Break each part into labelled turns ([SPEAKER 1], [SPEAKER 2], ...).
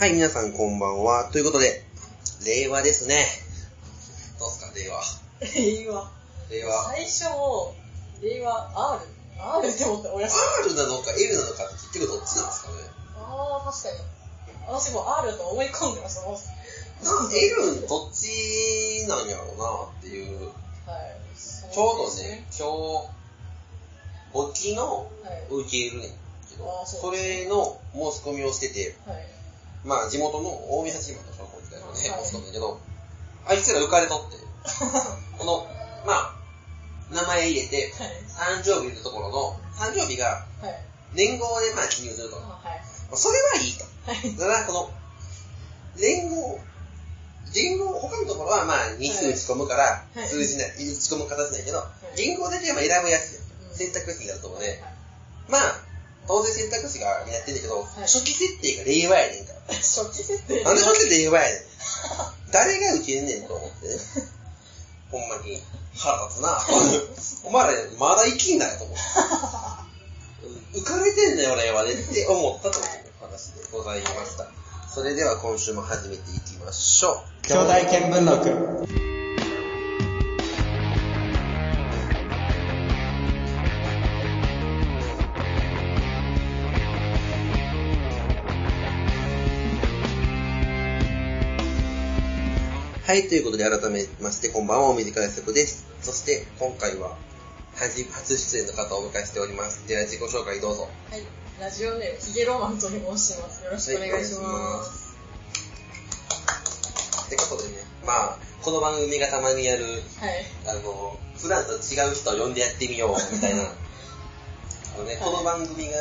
[SPEAKER 1] はい、皆さんこんばんは。ということで、令和ですね。どうすか、令和。
[SPEAKER 2] 令和。
[SPEAKER 1] 令和。
[SPEAKER 2] 最初、令和 R。R って思った、親父。
[SPEAKER 1] R なのか L なのかって結構どっちなんですかね。
[SPEAKER 2] ああ、確かに。私もう R だと思い込んでました、もう。
[SPEAKER 1] なん L どっちなんやろうなっていう。
[SPEAKER 2] はい。
[SPEAKER 1] ちょう
[SPEAKER 2] そ
[SPEAKER 1] ど
[SPEAKER 2] です
[SPEAKER 1] ね、。今日、簿記の
[SPEAKER 2] はい。
[SPEAKER 1] 受けるねんけど、
[SPEAKER 2] あー
[SPEAKER 1] そ
[SPEAKER 2] そう
[SPEAKER 1] れの申し込みをしてて、
[SPEAKER 2] はい。
[SPEAKER 1] まあ地元の大宮島の小学校みたいなのね、
[SPEAKER 2] はい
[SPEAKER 1] 申し込んだけど、あいつら浮かれとって、この、まあ、名前入れて、
[SPEAKER 2] はい。
[SPEAKER 1] 誕生日のところの、誕生日が
[SPEAKER 2] はい。
[SPEAKER 1] 年号でまあ記入すると。ま
[SPEAKER 2] あはい。
[SPEAKER 1] あそれはいいと。
[SPEAKER 2] はい。
[SPEAKER 1] だからこの、年号、年号、他のところはまあ日数打ち込むから、
[SPEAKER 2] はい
[SPEAKER 1] 数字な、打ち込む形ないけど、
[SPEAKER 2] い
[SPEAKER 1] 年号だけはまあ選ぶやつよ。
[SPEAKER 2] うん
[SPEAKER 1] 選択肢になると思うね。
[SPEAKER 2] はい
[SPEAKER 1] まあ、当然選択肢がやってんだけど、
[SPEAKER 2] い
[SPEAKER 1] 初期設定が令和やねんから。
[SPEAKER 2] 初期設定。
[SPEAKER 1] なんで初期令和やねん。誰が受けんねんと思って ね。ほんまに腹立つな。 お前らまだ生きんなよと思って。浮かれてんだよ、俺はねって思ったという話でございました。それでは今週も始めていきましょう。
[SPEAKER 3] 兄弟見聞録
[SPEAKER 1] はい、ということで改めましてこんばんは、お水からすこです。そして今回は、はじ初出演の方をお迎えしております。では自己紹介どうぞ。
[SPEAKER 2] はい。ラジオネーム、ヒゲロマンと申します。よろしくお願いします。
[SPEAKER 1] ってことでね、まあ、この番組がたまにやる、
[SPEAKER 2] はい。
[SPEAKER 1] あの、普段と違う人を呼んでやってみよう、みたいな。 あのね、この番組が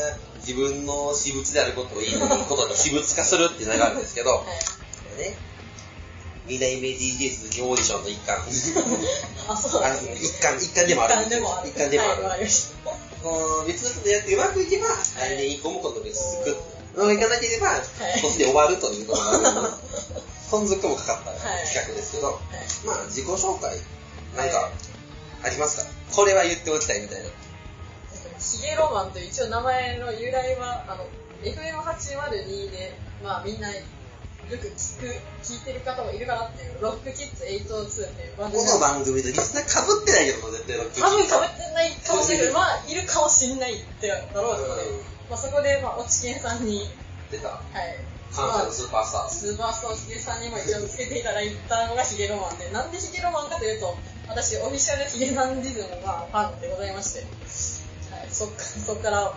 [SPEAKER 1] 自分の私物であることをいいことに私物化するっていうのがあるんですけど
[SPEAKER 2] は、い。
[SPEAKER 1] ね、未来名 DJ 鈴木オーディションの一環。
[SPEAKER 2] あ、そう
[SPEAKER 1] あ
[SPEAKER 2] なん
[SPEAKER 1] の
[SPEAKER 2] ですね。
[SPEAKER 1] 一環、一環でもある。
[SPEAKER 2] 一環でもある。
[SPEAKER 1] 一環でもある。
[SPEAKER 2] はいわかりました
[SPEAKER 1] こう別の人とやってうまくいけば、来年以降もこの別続く。うまくいかなければ、
[SPEAKER 2] い
[SPEAKER 1] そして終わるということになるので、存続もかかった
[SPEAKER 2] はい
[SPEAKER 1] 企画ですけど、
[SPEAKER 2] はい
[SPEAKER 1] まあ自己紹介、なん
[SPEAKER 2] は
[SPEAKER 1] か
[SPEAKER 2] い、
[SPEAKER 1] ありますかこれは言っておきたいみたいな。
[SPEAKER 2] ヒゲロマンという一応名前の由来は、あの、FM802 で、まあみんな、よく聞く、聞いてる方もいるかなっていう、ロックキッズ802っていうバンド
[SPEAKER 1] こ
[SPEAKER 2] が
[SPEAKER 1] の番組とリスナーかぶってないけど、絶対の
[SPEAKER 2] 多分被ってないかもしれないけど、まあいるかもしれないってだろうと思って、まあそこで、まあ、おちけんさんに、
[SPEAKER 1] 出た。
[SPEAKER 2] はい、
[SPEAKER 1] 関西のスーパースターズ。
[SPEAKER 2] スーパースターヒゲさんにも一応つけていただいたのがヒゲロマンで、なんでヒゲロマンかというと、私、オフィシャルヒゲダンディズムのまあファンでございまして、はい、そっかそっから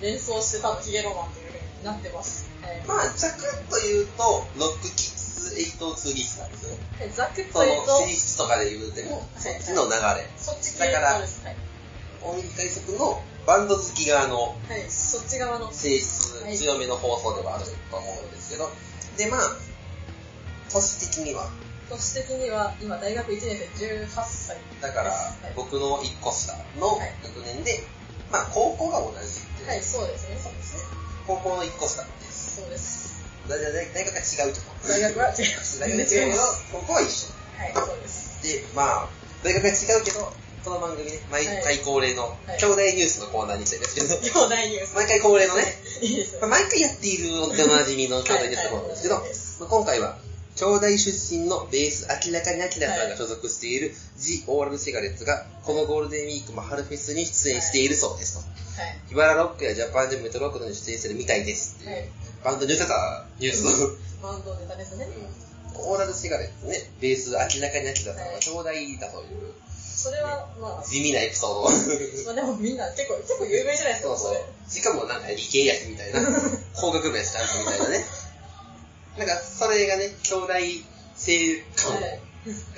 [SPEAKER 2] 連想して多分ヒゲロマンというふうになってます。はい
[SPEAKER 1] まあ、ざくっと言うと、ロックキッズ802リスナーですよ。
[SPEAKER 2] はい、ざっくり
[SPEAKER 1] そ
[SPEAKER 2] と
[SPEAKER 1] の
[SPEAKER 2] 言うと、
[SPEAKER 1] 性質とかで言うても、そっちの流れ。
[SPEAKER 2] そっち系
[SPEAKER 1] だから
[SPEAKER 2] そうです、はい
[SPEAKER 1] 大水海賊のバンド好き側の
[SPEAKER 2] はい、そっち側の、
[SPEAKER 1] 性質強めの放送ではあると思うんですけど、で、まあ、年的には、
[SPEAKER 2] 年的には今大学1年生18歳。
[SPEAKER 1] だから
[SPEAKER 2] はい
[SPEAKER 1] 僕の1個下の
[SPEAKER 2] はい
[SPEAKER 1] 学年で、まあ、高校が同じっていう、
[SPEAKER 2] はい、そうですね、そうですね。
[SPEAKER 1] 高校の1個下です。
[SPEAKER 2] そうです。
[SPEAKER 1] だだだ 大学が違うとこ。
[SPEAKER 2] 大学は違います。
[SPEAKER 1] 大学
[SPEAKER 2] 全
[SPEAKER 1] が
[SPEAKER 2] 然
[SPEAKER 1] 違う
[SPEAKER 2] 違い
[SPEAKER 1] け
[SPEAKER 2] ま
[SPEAKER 1] ど
[SPEAKER 2] す。、
[SPEAKER 1] 高校は一緒。
[SPEAKER 2] はい、そうです。
[SPEAKER 1] で、まあ、大学が違うけど、この番組ね、毎
[SPEAKER 2] はい
[SPEAKER 1] 回恒例の、
[SPEAKER 2] はい
[SPEAKER 1] 兄弟ニュースのコーナーにしたいんですけど、
[SPEAKER 2] 兄弟ニュース。
[SPEAKER 1] 毎回恒例のね、
[SPEAKER 2] い いですね
[SPEAKER 1] まあ毎回やっているおなじみ の兄弟ニュースのコーナーですけど、まあ今回は、兄弟出身のベース、明らかに明らさんが所属している、ジ・オーラル・シガレッツが、このゴールデンウィークも春フェスに出演しているそうですと。
[SPEAKER 2] は
[SPEAKER 1] ヒバラロックやジャパンジャムメトロックなどに出演してるみたいですって
[SPEAKER 2] い。
[SPEAKER 1] いう、
[SPEAKER 2] はい。
[SPEAKER 1] バンドに出てたニュース。
[SPEAKER 2] バンドネタですね。
[SPEAKER 1] オーラル・シガレッツね、ベース、明らかに明らさんが兄弟だという、
[SPEAKER 2] それは、まあ、
[SPEAKER 1] 地味なエピソード を。
[SPEAKER 2] まあでもみんな結構、結構有名じゃないです
[SPEAKER 1] そう
[SPEAKER 2] か、
[SPEAKER 1] そ
[SPEAKER 2] それ。
[SPEAKER 1] う。しかもなんか理系やしみたい な。工学部やしダンスみたいなね。なんか、それがね、兄弟生感を、
[SPEAKER 2] は
[SPEAKER 1] な
[SPEAKER 2] い
[SPEAKER 1] ん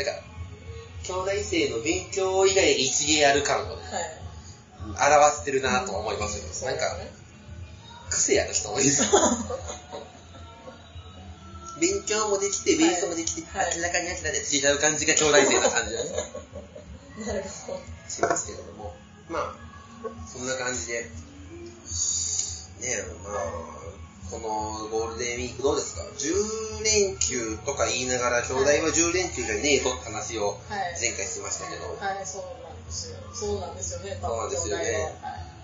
[SPEAKER 1] か、兄弟生の勉強以外で一芸ある感をね、
[SPEAKER 2] はい。
[SPEAKER 1] 表してるなとは思いますけど、なんか、癖ある人多い です。勉強もできて、ベースもできて、
[SPEAKER 2] はいはい
[SPEAKER 1] 明らかに明らかで違う感じが兄弟生な感じだね。
[SPEAKER 2] なるほど。
[SPEAKER 1] しますけれども、まあ、そんな感じで、ねえ、まあ、このゴールデンウィークどうですか ?10 連休とか言いながら、兄弟は10連休がねえぞって話を
[SPEAKER 2] はい。
[SPEAKER 1] 前回してましたけど、
[SPEAKER 2] はい、そうなんですよ。そうなんですよね、
[SPEAKER 1] そうなんですよね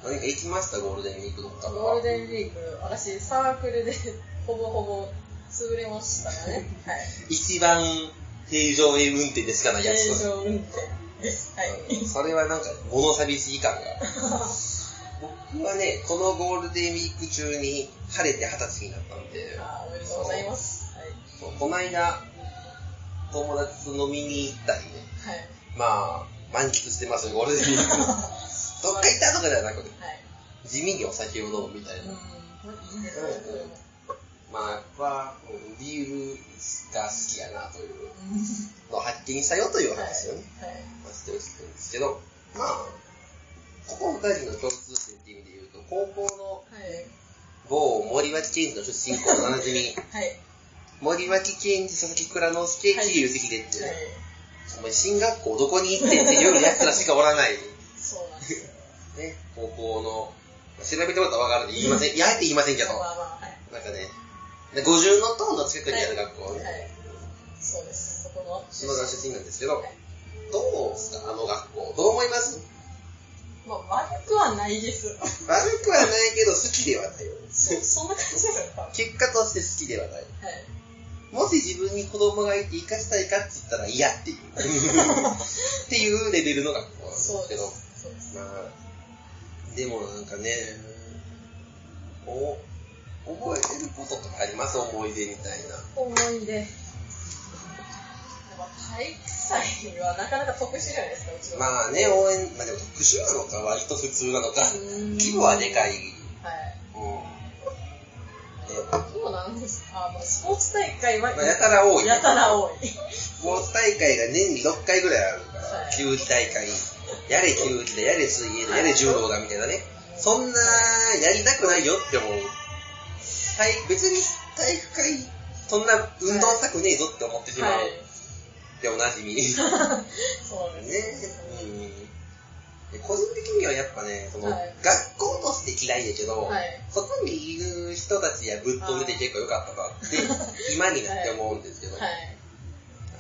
[SPEAKER 2] 兄弟はは
[SPEAKER 1] 何
[SPEAKER 2] い
[SPEAKER 1] か行きましたゴールデンウィークどっかとか。
[SPEAKER 2] ゴールデンウィーク、私、サークルでほぼほぼ潰れましたがね。はい。
[SPEAKER 1] 一番平常運転でしかないや
[SPEAKER 2] 正
[SPEAKER 1] つ。
[SPEAKER 2] 常運転です。はい。
[SPEAKER 1] それはなんか、物寂しい感が。僕はね、このゴールデンウィーク中に晴れて二十歳になったんで、
[SPEAKER 2] あーおめでとうございます。はい。
[SPEAKER 1] そうこの間、友達と飲みに行ったりね、
[SPEAKER 2] はい。
[SPEAKER 1] まあ、満喫してますよ、ゴー ルデンウィーク。どっか行ったとかではなくて、
[SPEAKER 2] は
[SPEAKER 1] 地味にお酒を飲むみたい
[SPEAKER 2] い。
[SPEAKER 1] な。
[SPEAKER 2] うん。いいですね。
[SPEAKER 1] まあ、やっぱ、ビールが好きやなという
[SPEAKER 2] うん
[SPEAKER 1] のを発見したよという
[SPEAKER 2] はい。
[SPEAKER 1] 話をね、
[SPEAKER 2] はい。
[SPEAKER 1] まあ、してほしいんですけど、まあ、ここ二人の共通点っていう意味で言うと、高校の某森脇健児の出身校の馴染み、
[SPEAKER 2] はい。はい。
[SPEAKER 1] 森脇健児、佐々木蔵之介、桐生関でっていう、
[SPEAKER 2] はい。
[SPEAKER 1] お前進学校どこに行ってんっていう奴らしかおらない、
[SPEAKER 2] そうなんですよ。
[SPEAKER 1] ね、高校の、まあ調べてもらったらわかるんで言いません、いや、あえて言いませんけど、
[SPEAKER 2] まあ
[SPEAKER 1] な
[SPEAKER 2] まあ、はい。
[SPEAKER 1] んかね、で五重の塔の近くにある学校ね、
[SPEAKER 2] はい。そうです。そこの。
[SPEAKER 1] 島田出身なんですけど
[SPEAKER 2] はい、
[SPEAKER 1] どうですか、あの学校。どう思います
[SPEAKER 2] まあ、悪くはないです。
[SPEAKER 1] 悪くはないけど、好きではないよね。
[SPEAKER 2] そそんな感じですよ。多分は
[SPEAKER 1] 結果として好きではない。
[SPEAKER 2] い。
[SPEAKER 1] もし自分に子供がいて生かしたいかって言ったら嫌って いう。っていうレベルの学校なんです
[SPEAKER 2] そう
[SPEAKER 1] け
[SPEAKER 2] で
[SPEAKER 1] ど。
[SPEAKER 2] す。そうです。
[SPEAKER 1] まあ、でもなんかね、お、覚えてることとかあります思い出みたいな。
[SPEAKER 2] 思い出。やっぱ体育祭はなかなか特殊じゃないですか、うちは。
[SPEAKER 1] まあね、応援、まあでも特殊なのか、割と普通なのか。規模はでかい。
[SPEAKER 2] はい。
[SPEAKER 1] うん。ね
[SPEAKER 2] 今なんですか、あまあスポーツ大会は
[SPEAKER 1] まあやたら多い。
[SPEAKER 2] やたら多い。
[SPEAKER 1] スポーツ大会が年に6回ぐらいあるか
[SPEAKER 2] は
[SPEAKER 1] ら、
[SPEAKER 2] い
[SPEAKER 1] 球技大会、やれ球技だ、やれ水泳だ、やれ柔道だみたいなね。そんな、やりたくないよって思う。体別に体育会、そんな運動したくねえぞって思ってしまう。
[SPEAKER 2] はい。
[SPEAKER 1] で、おなじみ。ね。
[SPEAKER 2] そうなんです。
[SPEAKER 1] うん。個人的にはやっぱね、その、
[SPEAKER 2] はい
[SPEAKER 1] 学校として嫌いだけど、
[SPEAKER 2] はい。
[SPEAKER 1] そこにいる人たちやぶっ飛んでて結構良かったな って、今になって思うんですけど。
[SPEAKER 2] はい。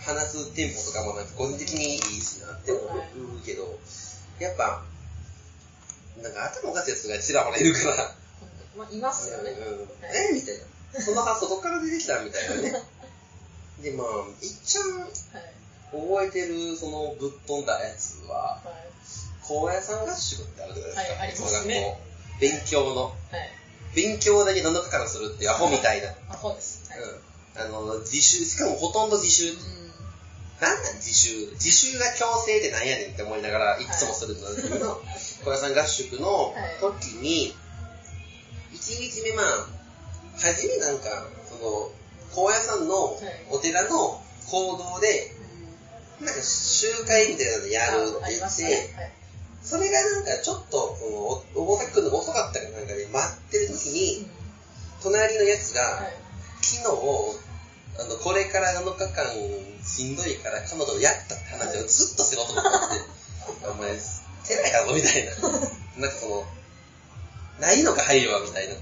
[SPEAKER 1] 話すテンポとかもなんか個人的にいいしなって思うけど、やっぱ、なんか頭おかしいやつがちらほらいるから、
[SPEAKER 2] まあ、いますよね。はい
[SPEAKER 1] えみたいな。その発想どっから出てきたみたいなね。で、まあ、いっちゃん
[SPEAKER 2] はい。
[SPEAKER 1] 覚えてるそのぶっ飛んだやつは、
[SPEAKER 2] はい。
[SPEAKER 1] 高野山合宿ってあるじゃないですか。
[SPEAKER 2] はいありますね
[SPEAKER 1] その学校。勉強の。
[SPEAKER 2] はい。
[SPEAKER 1] 勉強だけ7日間するっていうアホみたいな。うん。
[SPEAKER 2] あ、そうです。はい。
[SPEAKER 1] あの、自習、しかもほとんど自習
[SPEAKER 2] う
[SPEAKER 1] なんなん自習自習が強制でなんやねんって思いながらいつもするんですけど、小屋さん合宿の時に、1日目まあ、初めなんか、その、高野山の
[SPEAKER 2] はい
[SPEAKER 1] お寺の行動で、
[SPEAKER 2] んうん
[SPEAKER 1] なんか集会みたいなのやる
[SPEAKER 2] ああ
[SPEAKER 1] って
[SPEAKER 2] り
[SPEAKER 1] 言
[SPEAKER 2] ま
[SPEAKER 1] っ
[SPEAKER 2] すね
[SPEAKER 1] て、。それがなんかちょっと、その、お大崎くんのが遅かったからなんかで、待ってる時
[SPEAKER 2] はい
[SPEAKER 1] に、隣のやつが、
[SPEAKER 2] はい。
[SPEAKER 1] 昨日、あの、これから7日間しんどいから彼女をやったって話をずっとしろと思 って、お前、てないやろみたいな。なんかその、ないのか配慮はみたいな。で、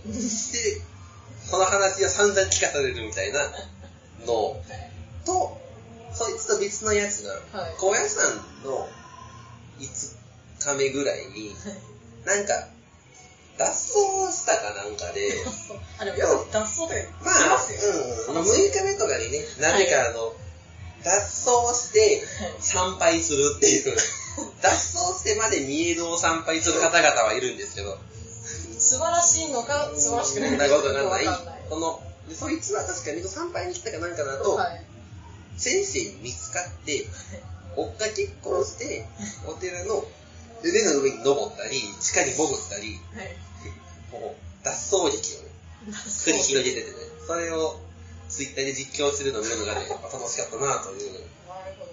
[SPEAKER 1] その話を散々聞かされるみたいなのと、そいつと別のやつが、
[SPEAKER 2] はい。
[SPEAKER 1] 高野山の5日目ぐらいに、なんか、脱走したかなんかで、
[SPEAKER 2] あ、でも、脱走とか言い
[SPEAKER 1] ま
[SPEAKER 2] ま
[SPEAKER 1] あ、
[SPEAKER 2] すよ。
[SPEAKER 1] うん、6日目とかにね、なぜかあの、脱走して参拝するって いう、脱走してまで見え堂を参拝する方々はいるんですけど、
[SPEAKER 2] 素晴らしいのか、素晴らしくない
[SPEAKER 1] そん
[SPEAKER 2] の
[SPEAKER 1] な
[SPEAKER 2] か。
[SPEAKER 1] ことがない
[SPEAKER 2] わかんない。。
[SPEAKER 1] その、でそいつは確かに参拝に来たかなんかだと、
[SPEAKER 2] はい。
[SPEAKER 1] 先生に見つかって、追っかけっこをして、お寺の腕の上に登ったり、地下に潜ったり、
[SPEAKER 2] はい。
[SPEAKER 1] もう、脱走劇をね、繰り広げててね、それをツイッターで実況するのを見るのがね、やっぱ楽しかったなという。
[SPEAKER 2] なるほど。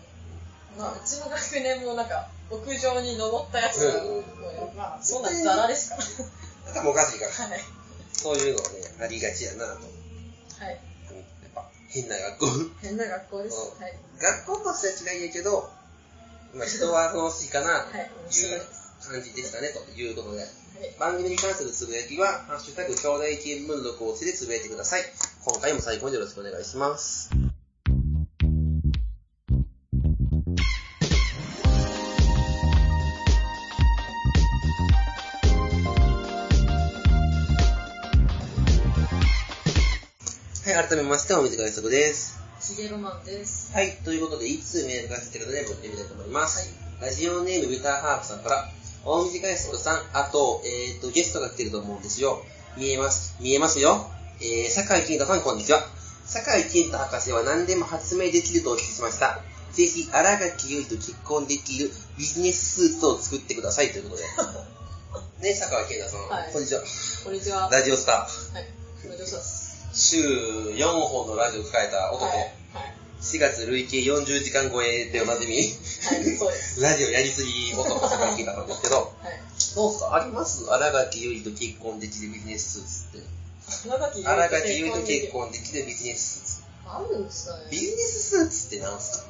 [SPEAKER 2] まあ、うちの学年もなんか、屋上に登ったやつが、
[SPEAKER 1] うん
[SPEAKER 2] まあ、そんなザラですから。
[SPEAKER 1] 頭おかしいから、
[SPEAKER 2] はい。
[SPEAKER 1] そういうのはね、ありがちやなと。
[SPEAKER 2] はい。
[SPEAKER 1] やっぱ、変な学校。
[SPEAKER 2] 変な学校です。はい。
[SPEAKER 1] 学校としては違いやけど、まあ、人は楽しいかなと
[SPEAKER 2] はい。面
[SPEAKER 1] い
[SPEAKER 2] 白いうです。
[SPEAKER 1] 感じでしたね、ということで。
[SPEAKER 2] はい。
[SPEAKER 1] 番組に関するつぶやきは、ハッシュタグ、兄弟見聞録をつけてつぶやいてください。今回も最後までよろしくお願いします。はい、改めまして、お水が約束です。
[SPEAKER 2] ヒゲロマンです。
[SPEAKER 1] はい、ということで、1通メールが来てるので、持ってみたいと思います。ラジオネーム、ビターハーフさんから、大水海則さん、あと、えっ、と、ゲストが来てると思うんですよ。見えます、見えますよ。えー、酒井健太さん、こんにちは。酒井健太博士は何でも発明できるとお聞きしました。ぜひ、荒垣結衣と結婚できるビジネススーツを作ってくださいということで。 ね、酒井健太さん、
[SPEAKER 2] はい
[SPEAKER 1] こんにちは。
[SPEAKER 2] こんにちは。はい。
[SPEAKER 1] ラジオスター。
[SPEAKER 2] お願いします。
[SPEAKER 1] 週4本のラジオを使えた男。
[SPEAKER 2] はい。はい。
[SPEAKER 1] 4月累計40時間超えでおなじみ、
[SPEAKER 2] はい、そうです。
[SPEAKER 1] ラジオやりすぎ男坂井健太さんですけど、
[SPEAKER 2] はい。
[SPEAKER 1] どうすかあります荒垣結衣と結婚できるビジネススーツっ
[SPEAKER 2] 荒垣
[SPEAKER 1] て。荒垣結
[SPEAKER 2] 結
[SPEAKER 1] 衣
[SPEAKER 2] 婚
[SPEAKER 1] と
[SPEAKER 2] でき
[SPEAKER 1] 結
[SPEAKER 2] る
[SPEAKER 1] 婚できるビジネススー
[SPEAKER 2] あるんですか
[SPEAKER 1] ツ。ビ
[SPEAKER 2] ね。
[SPEAKER 1] ジネススーツって何すか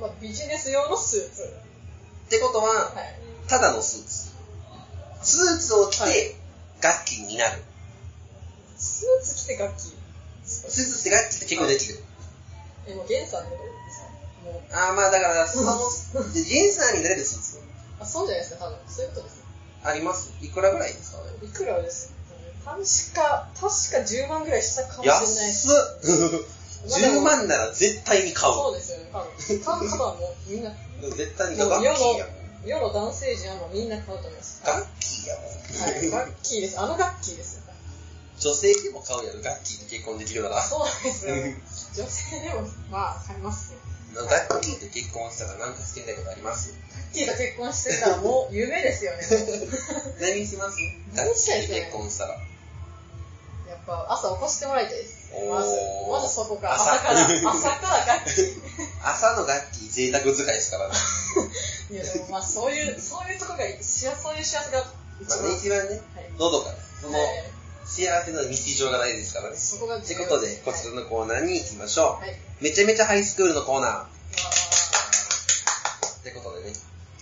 [SPEAKER 2] まあ、ビジネス用のスーツ。
[SPEAKER 1] ってことは、
[SPEAKER 2] はい。
[SPEAKER 1] ただのスーツ。スーツを着
[SPEAKER 2] は
[SPEAKER 1] て楽器になる。
[SPEAKER 2] スーツ着て楽器。
[SPEAKER 1] スーツ着て楽器って結婚できる。
[SPEAKER 2] え、もう、ゲンさんってことですかもう、
[SPEAKER 1] ああ、まあだから、その、 でジェンさんになれるスーツ。
[SPEAKER 2] あ、そうじゃないですか、多分。そういうことです。
[SPEAKER 1] ありますいくらぐらいですかね
[SPEAKER 2] いくらですかね確か、確か10万ぐらいしたかもしれないです。
[SPEAKER 1] 安っ !10 万なら絶対に買う。
[SPEAKER 2] そうですよね、多分。買う方はもうみんな、
[SPEAKER 1] 絶対に
[SPEAKER 2] も
[SPEAKER 1] ガ
[SPEAKER 2] う
[SPEAKER 1] ッキー
[SPEAKER 2] 世
[SPEAKER 1] やもん。
[SPEAKER 2] の、世の男性陣はもうみんな買うと思います。
[SPEAKER 1] ガッキーや
[SPEAKER 2] はい、
[SPEAKER 1] もん。
[SPEAKER 2] ガッキーです。あのガッキーですよ。
[SPEAKER 1] 女性でも買うやろ、ガッキーと結婚できるなら。
[SPEAKER 2] そうで すよ。
[SPEAKER 1] うん
[SPEAKER 2] 女性でも、まあ、買いますよ。
[SPEAKER 1] ガッキーと結婚したらなんかしてみたいことあります
[SPEAKER 2] ガッキーと結婚してたらもう夢ですよね。
[SPEAKER 1] 何しますガッ
[SPEAKER 2] 何したいで
[SPEAKER 1] キーと
[SPEAKER 2] すかね
[SPEAKER 1] 結婚したら。
[SPEAKER 2] やっぱ朝起こしてもらいたいです。
[SPEAKER 1] おー
[SPEAKER 2] まず、まずそこから。
[SPEAKER 1] 朝
[SPEAKER 2] 朝から、 朝からガッキー。
[SPEAKER 1] 朝のガッキー贅沢使いですからね。
[SPEAKER 2] いや、でもまあ、そういう、そういうとこが、しやそういう幸せが一
[SPEAKER 1] ま
[SPEAKER 2] 番
[SPEAKER 1] あ、ね、一番ね、
[SPEAKER 2] はい
[SPEAKER 1] のどかです。その、
[SPEAKER 2] はい
[SPEAKER 1] 幸せの日常がないですからね。
[SPEAKER 2] そこが
[SPEAKER 1] ということで、こちらのコーナーに行きましょ
[SPEAKER 2] はい。
[SPEAKER 1] う。めちゃめちゃハイスクールのコーナー。
[SPEAKER 2] は
[SPEAKER 1] ってことでね、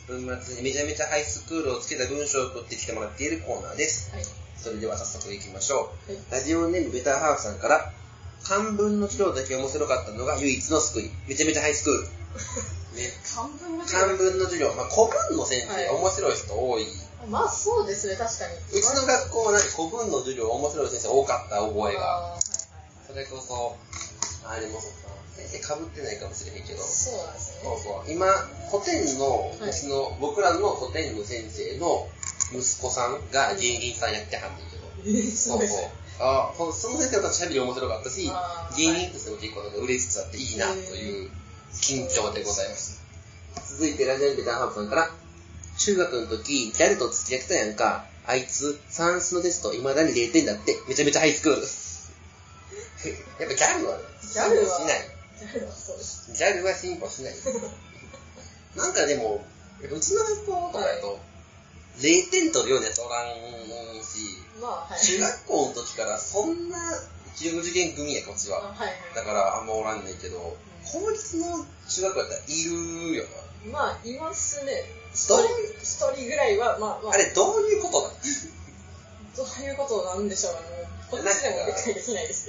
[SPEAKER 1] 文末にめちゃめちゃハイスクールをつけた文章を送ってきてもらっているコーナーです。
[SPEAKER 2] い。
[SPEAKER 1] それでは早速いきましょ。
[SPEAKER 2] はいう
[SPEAKER 1] ラジオネームベターハーフさんから、漢文の今日だけ面白かったのが唯一の救い。めちゃめちゃハイスクール。ね、
[SPEAKER 2] 漢文の授
[SPEAKER 1] 漢
[SPEAKER 2] 業
[SPEAKER 1] 文の授業、まあ、古文の先生、
[SPEAKER 2] はい
[SPEAKER 1] 面白い人多い。う
[SPEAKER 2] まあそうですね、確かに。
[SPEAKER 1] ちの学校はなんか古文の授業面白い先生多かった覚えが。
[SPEAKER 2] あ
[SPEAKER 1] それこそ、あれもそうか、先生被ってないかもしれへんけ
[SPEAKER 2] ー
[SPEAKER 1] ど、
[SPEAKER 2] そうなんですよ
[SPEAKER 1] そう
[SPEAKER 2] ね。
[SPEAKER 1] そう。今、古典の、
[SPEAKER 2] はいう
[SPEAKER 1] ちの、僕らの古典の先生の息子さんが芸人さんやってはんねんけど。
[SPEAKER 2] えーそうですね。
[SPEAKER 1] あそその先生と喋り面白かったし
[SPEAKER 2] あ、ー
[SPEAKER 1] 芸人としても結構なんか嬉しくあっていいなという緊張でございます。続いてラジオネームダンハブさんから、中学の時、誰と付き合ってたやんか、あいつ、算数のテスト、未だに0点だって、めちゃめちゃハイスクール。 やっぱギャルは、
[SPEAKER 2] ギャルは
[SPEAKER 1] しない。
[SPEAKER 2] 誰はそう です。
[SPEAKER 1] ギャルは進歩し ない。なんかでも、うちの学校とかだと、0点取るようなやつおらんし、
[SPEAKER 2] まあ、はい。
[SPEAKER 1] 中学校の時からそんな中学受験組やこっち
[SPEAKER 2] あ
[SPEAKER 1] は。
[SPEAKER 2] はい
[SPEAKER 1] だ
[SPEAKER 2] は
[SPEAKER 1] からあんまおらんねんけど、公立の中学校やったらいるよな。
[SPEAKER 2] い。まあ、いますね。一
[SPEAKER 1] ど
[SPEAKER 2] 人
[SPEAKER 1] う、
[SPEAKER 2] 一人ぐらいは、まあ、まあ、
[SPEAKER 1] あれどういうことだ
[SPEAKER 2] どういうことなんでしょうね。こっちでも理解できないです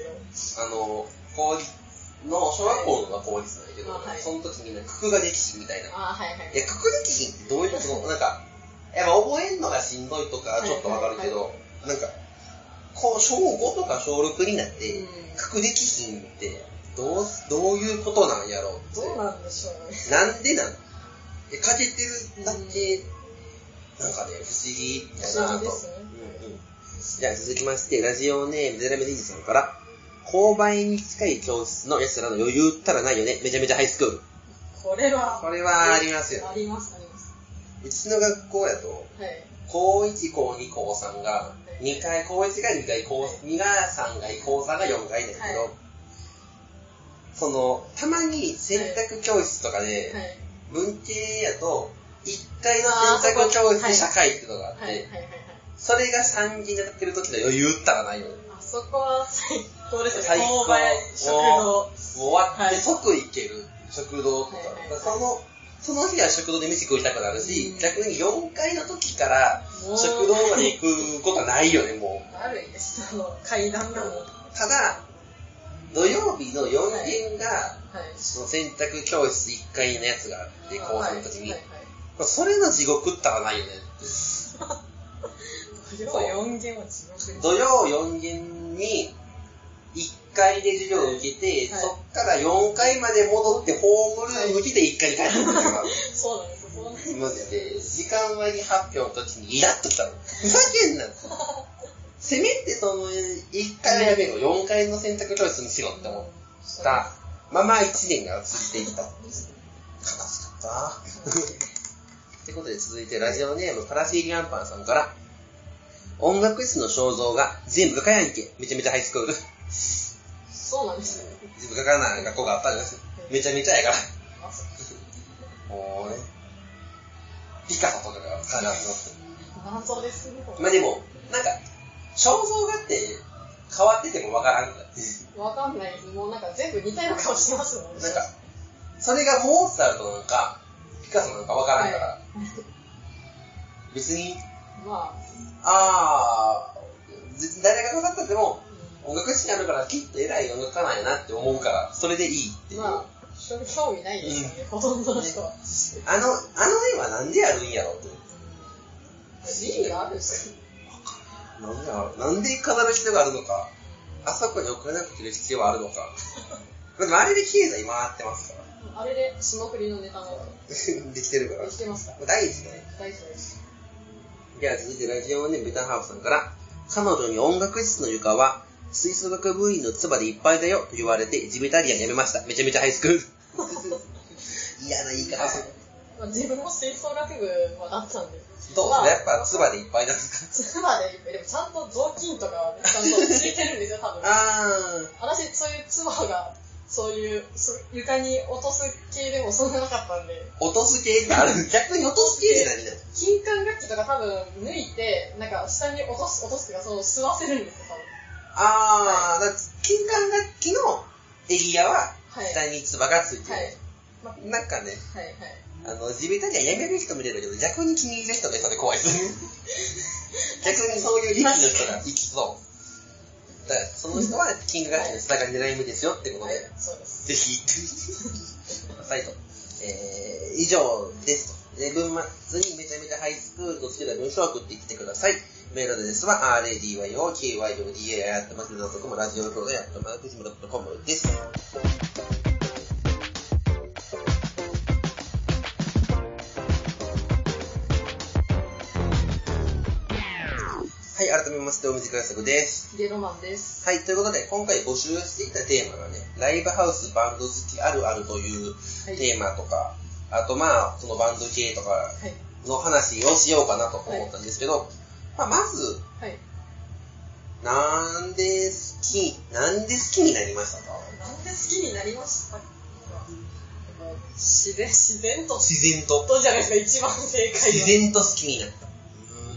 [SPEAKER 2] けど。
[SPEAKER 1] あの、公立の、小学校のは公立なんやけど、
[SPEAKER 2] はいはい
[SPEAKER 1] その時になんか九九ができひんみたいな。
[SPEAKER 2] ああ、はいはい。
[SPEAKER 1] いや、くくりきひんってどういうことなんか、やっぱ覚えんのがしんどいとかちょっとわかるけど、
[SPEAKER 2] は
[SPEAKER 1] なんか、こう、小5とか小6になって
[SPEAKER 2] うん、
[SPEAKER 1] くくりきひんって、どう、どういうことなんやろうって。
[SPEAKER 2] どうなんでしょうね。
[SPEAKER 1] なんでなんえ、かけてるだけ、なんかね、不思議だな
[SPEAKER 2] 不思議で
[SPEAKER 1] と
[SPEAKER 2] すね。
[SPEAKER 1] うんうんじゃあ続きまして、ラジオネーム、ゼラメディジさんから、購買に近い教室の奴らの余裕ったらないよね。めちゃめちゃハイスクール。
[SPEAKER 2] これは、
[SPEAKER 1] これはありますよ。
[SPEAKER 2] あります、あります。
[SPEAKER 1] うちの学校やと、
[SPEAKER 2] はい。
[SPEAKER 1] 高1、高2、高3が、2回、高1が2回、高2が3回、高3が4回ですけど、
[SPEAKER 2] はい
[SPEAKER 1] その、たまに選択教室とかで、
[SPEAKER 2] はい。
[SPEAKER 1] 文系やと、1回の選択教室で社会っていうのがあって、
[SPEAKER 2] はいはいはいはい。
[SPEAKER 1] それが3期になってる時の余裕ったらないよね。
[SPEAKER 2] あそこは最高です
[SPEAKER 1] 最
[SPEAKER 2] ね。
[SPEAKER 1] 高
[SPEAKER 2] 購買食堂。
[SPEAKER 1] もう終わっ
[SPEAKER 2] は
[SPEAKER 1] て
[SPEAKER 2] い
[SPEAKER 1] 即行ける食堂とか、
[SPEAKER 2] はいはいはい
[SPEAKER 1] その、その日は食堂で飯食いたくなるし、
[SPEAKER 2] うん
[SPEAKER 1] 逆に4回の時から
[SPEAKER 2] もう
[SPEAKER 1] 食堂まで行くことはないよね、もう。
[SPEAKER 2] 悪いです。あの、階段がもう。は
[SPEAKER 1] ただ、土曜日の4限が、
[SPEAKER 2] い。
[SPEAKER 1] その選択教室1階のやつがあって、高3の時に、
[SPEAKER 2] はい
[SPEAKER 1] まあそれの地獄ったらないよねって。
[SPEAKER 2] はいはい、土曜4弦は地獄に。
[SPEAKER 1] 土曜4限に、1回で授業を受けて、
[SPEAKER 2] はい
[SPEAKER 1] そっから4回まで戻って、ホームルーム来て1回に帰ってくるから。
[SPEAKER 2] そうなんですよ。そうなんです
[SPEAKER 1] マジで、時間割発表の時にイラッときたの。ふざけんなせめてその、1回はやめろ、4回の選択教室にしろって思っ
[SPEAKER 2] そう
[SPEAKER 1] た。まあまあ1年が続いていった。悲
[SPEAKER 2] ですね
[SPEAKER 1] しかったな。 ってことで続いてラジオネームパラシーリアンパンさんから、音楽室の肖像が全部画家やんけ。めちゃめちゃハイスクール。
[SPEAKER 2] そうなんですよ。
[SPEAKER 1] 全部画家な学校があったんです。めちゃめちゃやから。
[SPEAKER 2] あそう
[SPEAKER 1] もうね、ピカソとかが必ず載ってる。
[SPEAKER 2] 謎ですね。
[SPEAKER 1] まあでも、なんか、肖像画って変わっててもわからんぐらい。
[SPEAKER 2] わかんないです。もうなんか全部似たような顔してますもんね。
[SPEAKER 1] なんか、それがモーツァルトなんか、ピカソなんかわからんから、別に、
[SPEAKER 2] まあ、
[SPEAKER 1] あー、ぜ誰が語ったっても、音楽室にあるからきっと偉い音楽家なんやなって思うから、それでいいっていう。
[SPEAKER 2] まあ、人に興味ないですよね、ほとんどの人は。
[SPEAKER 1] あの、あの絵はなんでやるんやろうって。
[SPEAKER 2] 意味があるんですか
[SPEAKER 1] なんでやろうなんで飾る必要があるのか、あそこに送らなくてる必要はあるのか。 でもあれで経済回ってますから。
[SPEAKER 2] あれで霜降りのネタも
[SPEAKER 1] できてるから
[SPEAKER 2] で。きてますから。
[SPEAKER 1] 第一だね。
[SPEAKER 2] 大丈夫です。
[SPEAKER 1] じゃあ続いてラジオネームベタハーフさんから、彼女に音楽室の床は、吹奏楽部員の唾でいっぱいだよと言われて、ジビタリアンやめました。めちゃめちゃハイスクール。 嫌な言い方する。
[SPEAKER 2] まあ、自分も吹奏楽部はだったんで。
[SPEAKER 1] どう
[SPEAKER 2] まあ
[SPEAKER 1] やっぱ唾でいっぱいなんですか
[SPEAKER 2] つまで、でもちゃんと雑巾とかはねちゃんとついてるんですよ、多分。
[SPEAKER 1] あ
[SPEAKER 2] 私、そういう妻が、そういう、そ床に落とす系でもそんななかったんで、
[SPEAKER 1] ー、落とす系ってある 逆に落とす系って何なの
[SPEAKER 2] 金管楽器とか多分抜いて、なんか下に落とす、落とすっていうか、その吸わせるんですよ、
[SPEAKER 1] あー、だから金管楽器のエリアは、
[SPEAKER 2] 多分。はい。は
[SPEAKER 1] 下
[SPEAKER 2] い。
[SPEAKER 1] に唾がついてる。
[SPEAKER 2] はい
[SPEAKER 1] なんかね、
[SPEAKER 2] はいは
[SPEAKER 1] あ
[SPEAKER 2] い。
[SPEAKER 1] の、地べたにはやめる人もいるんだけど、逆に気に入る人がいそうで 怖いです。逆にそういう力の人が生きそう。だから、その人は金河ガの下が狙い目ですよってこと
[SPEAKER 2] はい
[SPEAKER 1] で、、
[SPEAKER 2] そうです。
[SPEAKER 1] ぜひ行ってみてくださいと。えー、以上ですと。で、文末にめちゃめちゃハイスクールとつけた文章を送ってきてください。メールアドレスは radyokyodai.com ラジオ動画や .com です。はい、改めまして、お短い作です。
[SPEAKER 2] ヒゲロマンです。
[SPEAKER 1] はい、ということで、今回募集していたテーマがね、ライブハウスバンド好きあるあるという
[SPEAKER 2] はい。
[SPEAKER 1] テーマとか、あとまあ、そのバンド系とか
[SPEAKER 2] はい。
[SPEAKER 1] の話をしようかなと思ったんですけど、まあ、まず、
[SPEAKER 2] はい。
[SPEAKER 1] なんで好き、なんで好きになりましたか
[SPEAKER 2] なんで好きになりましたか自然、自然と。
[SPEAKER 1] 自然と。
[SPEAKER 2] とじゃないですか、一番正解は。
[SPEAKER 1] 自然と好きになった。う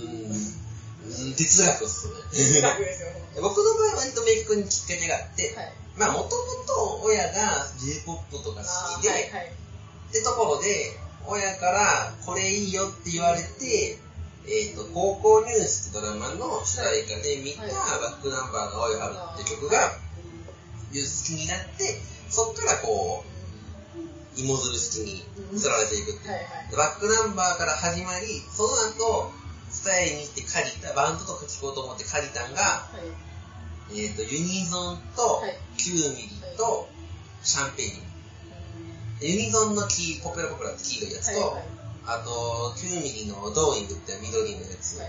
[SPEAKER 1] ーん、うん哲学っすね。
[SPEAKER 2] 哲学ですよ。は
[SPEAKER 1] 僕の場合は割とメイクにきっかけがあって、
[SPEAKER 2] い。
[SPEAKER 1] まあ、もともと親が J-POP とか好きで、
[SPEAKER 2] はいはい。
[SPEAKER 1] ってところで、親からこれいいよって言われて、えっ、と、高校ニュースってドラマの主題歌で見た、
[SPEAKER 2] はい
[SPEAKER 1] バックナンバーの青い春って曲が、好きになって、そっからこう、芋づる式に釣られていくっていう。
[SPEAKER 2] はいはい。
[SPEAKER 1] でバックナンバーから始まり、その後、伝えに行って借りた、バンドとか聴こうと思って借りたんが、
[SPEAKER 2] はい。
[SPEAKER 1] えっ、と、ユニゾンと
[SPEAKER 2] はい、
[SPEAKER 1] 9ミリと、シャンペーニュ。ユニゾンのキー、ポペラポペラってキーがいいやつと、
[SPEAKER 2] はいはい
[SPEAKER 1] あと、9ミリのドーイングって緑のやつ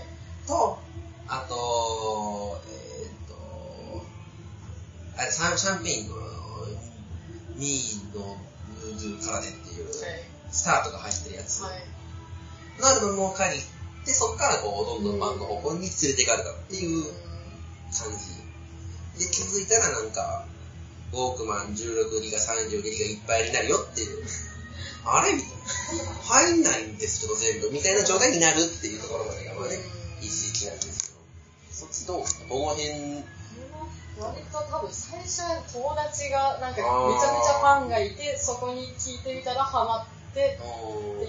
[SPEAKER 1] と、あと、えーっと、あれ、シャンシャンペインの、ミーのブードゥーカラデっていう、スタートが入ってるやつの
[SPEAKER 2] はい。
[SPEAKER 1] アルバムを借りて、そっからこう、どんどんバンドの方向に連れていかれたっていう
[SPEAKER 2] うん
[SPEAKER 1] 感じ。で、気づいたらなんか、ウォークマン16ギガ、32ギガいっぱいになるよっていう。あれみたいな。入んないんですけど全部、みたいな状態になるっていうところまでが、まあね、一時期なんですけど。そっちどうですかこの辺、
[SPEAKER 2] 割と多分最初は友達がなんかめちゃめちゃファンがいてそこに聞いてみたらハマってって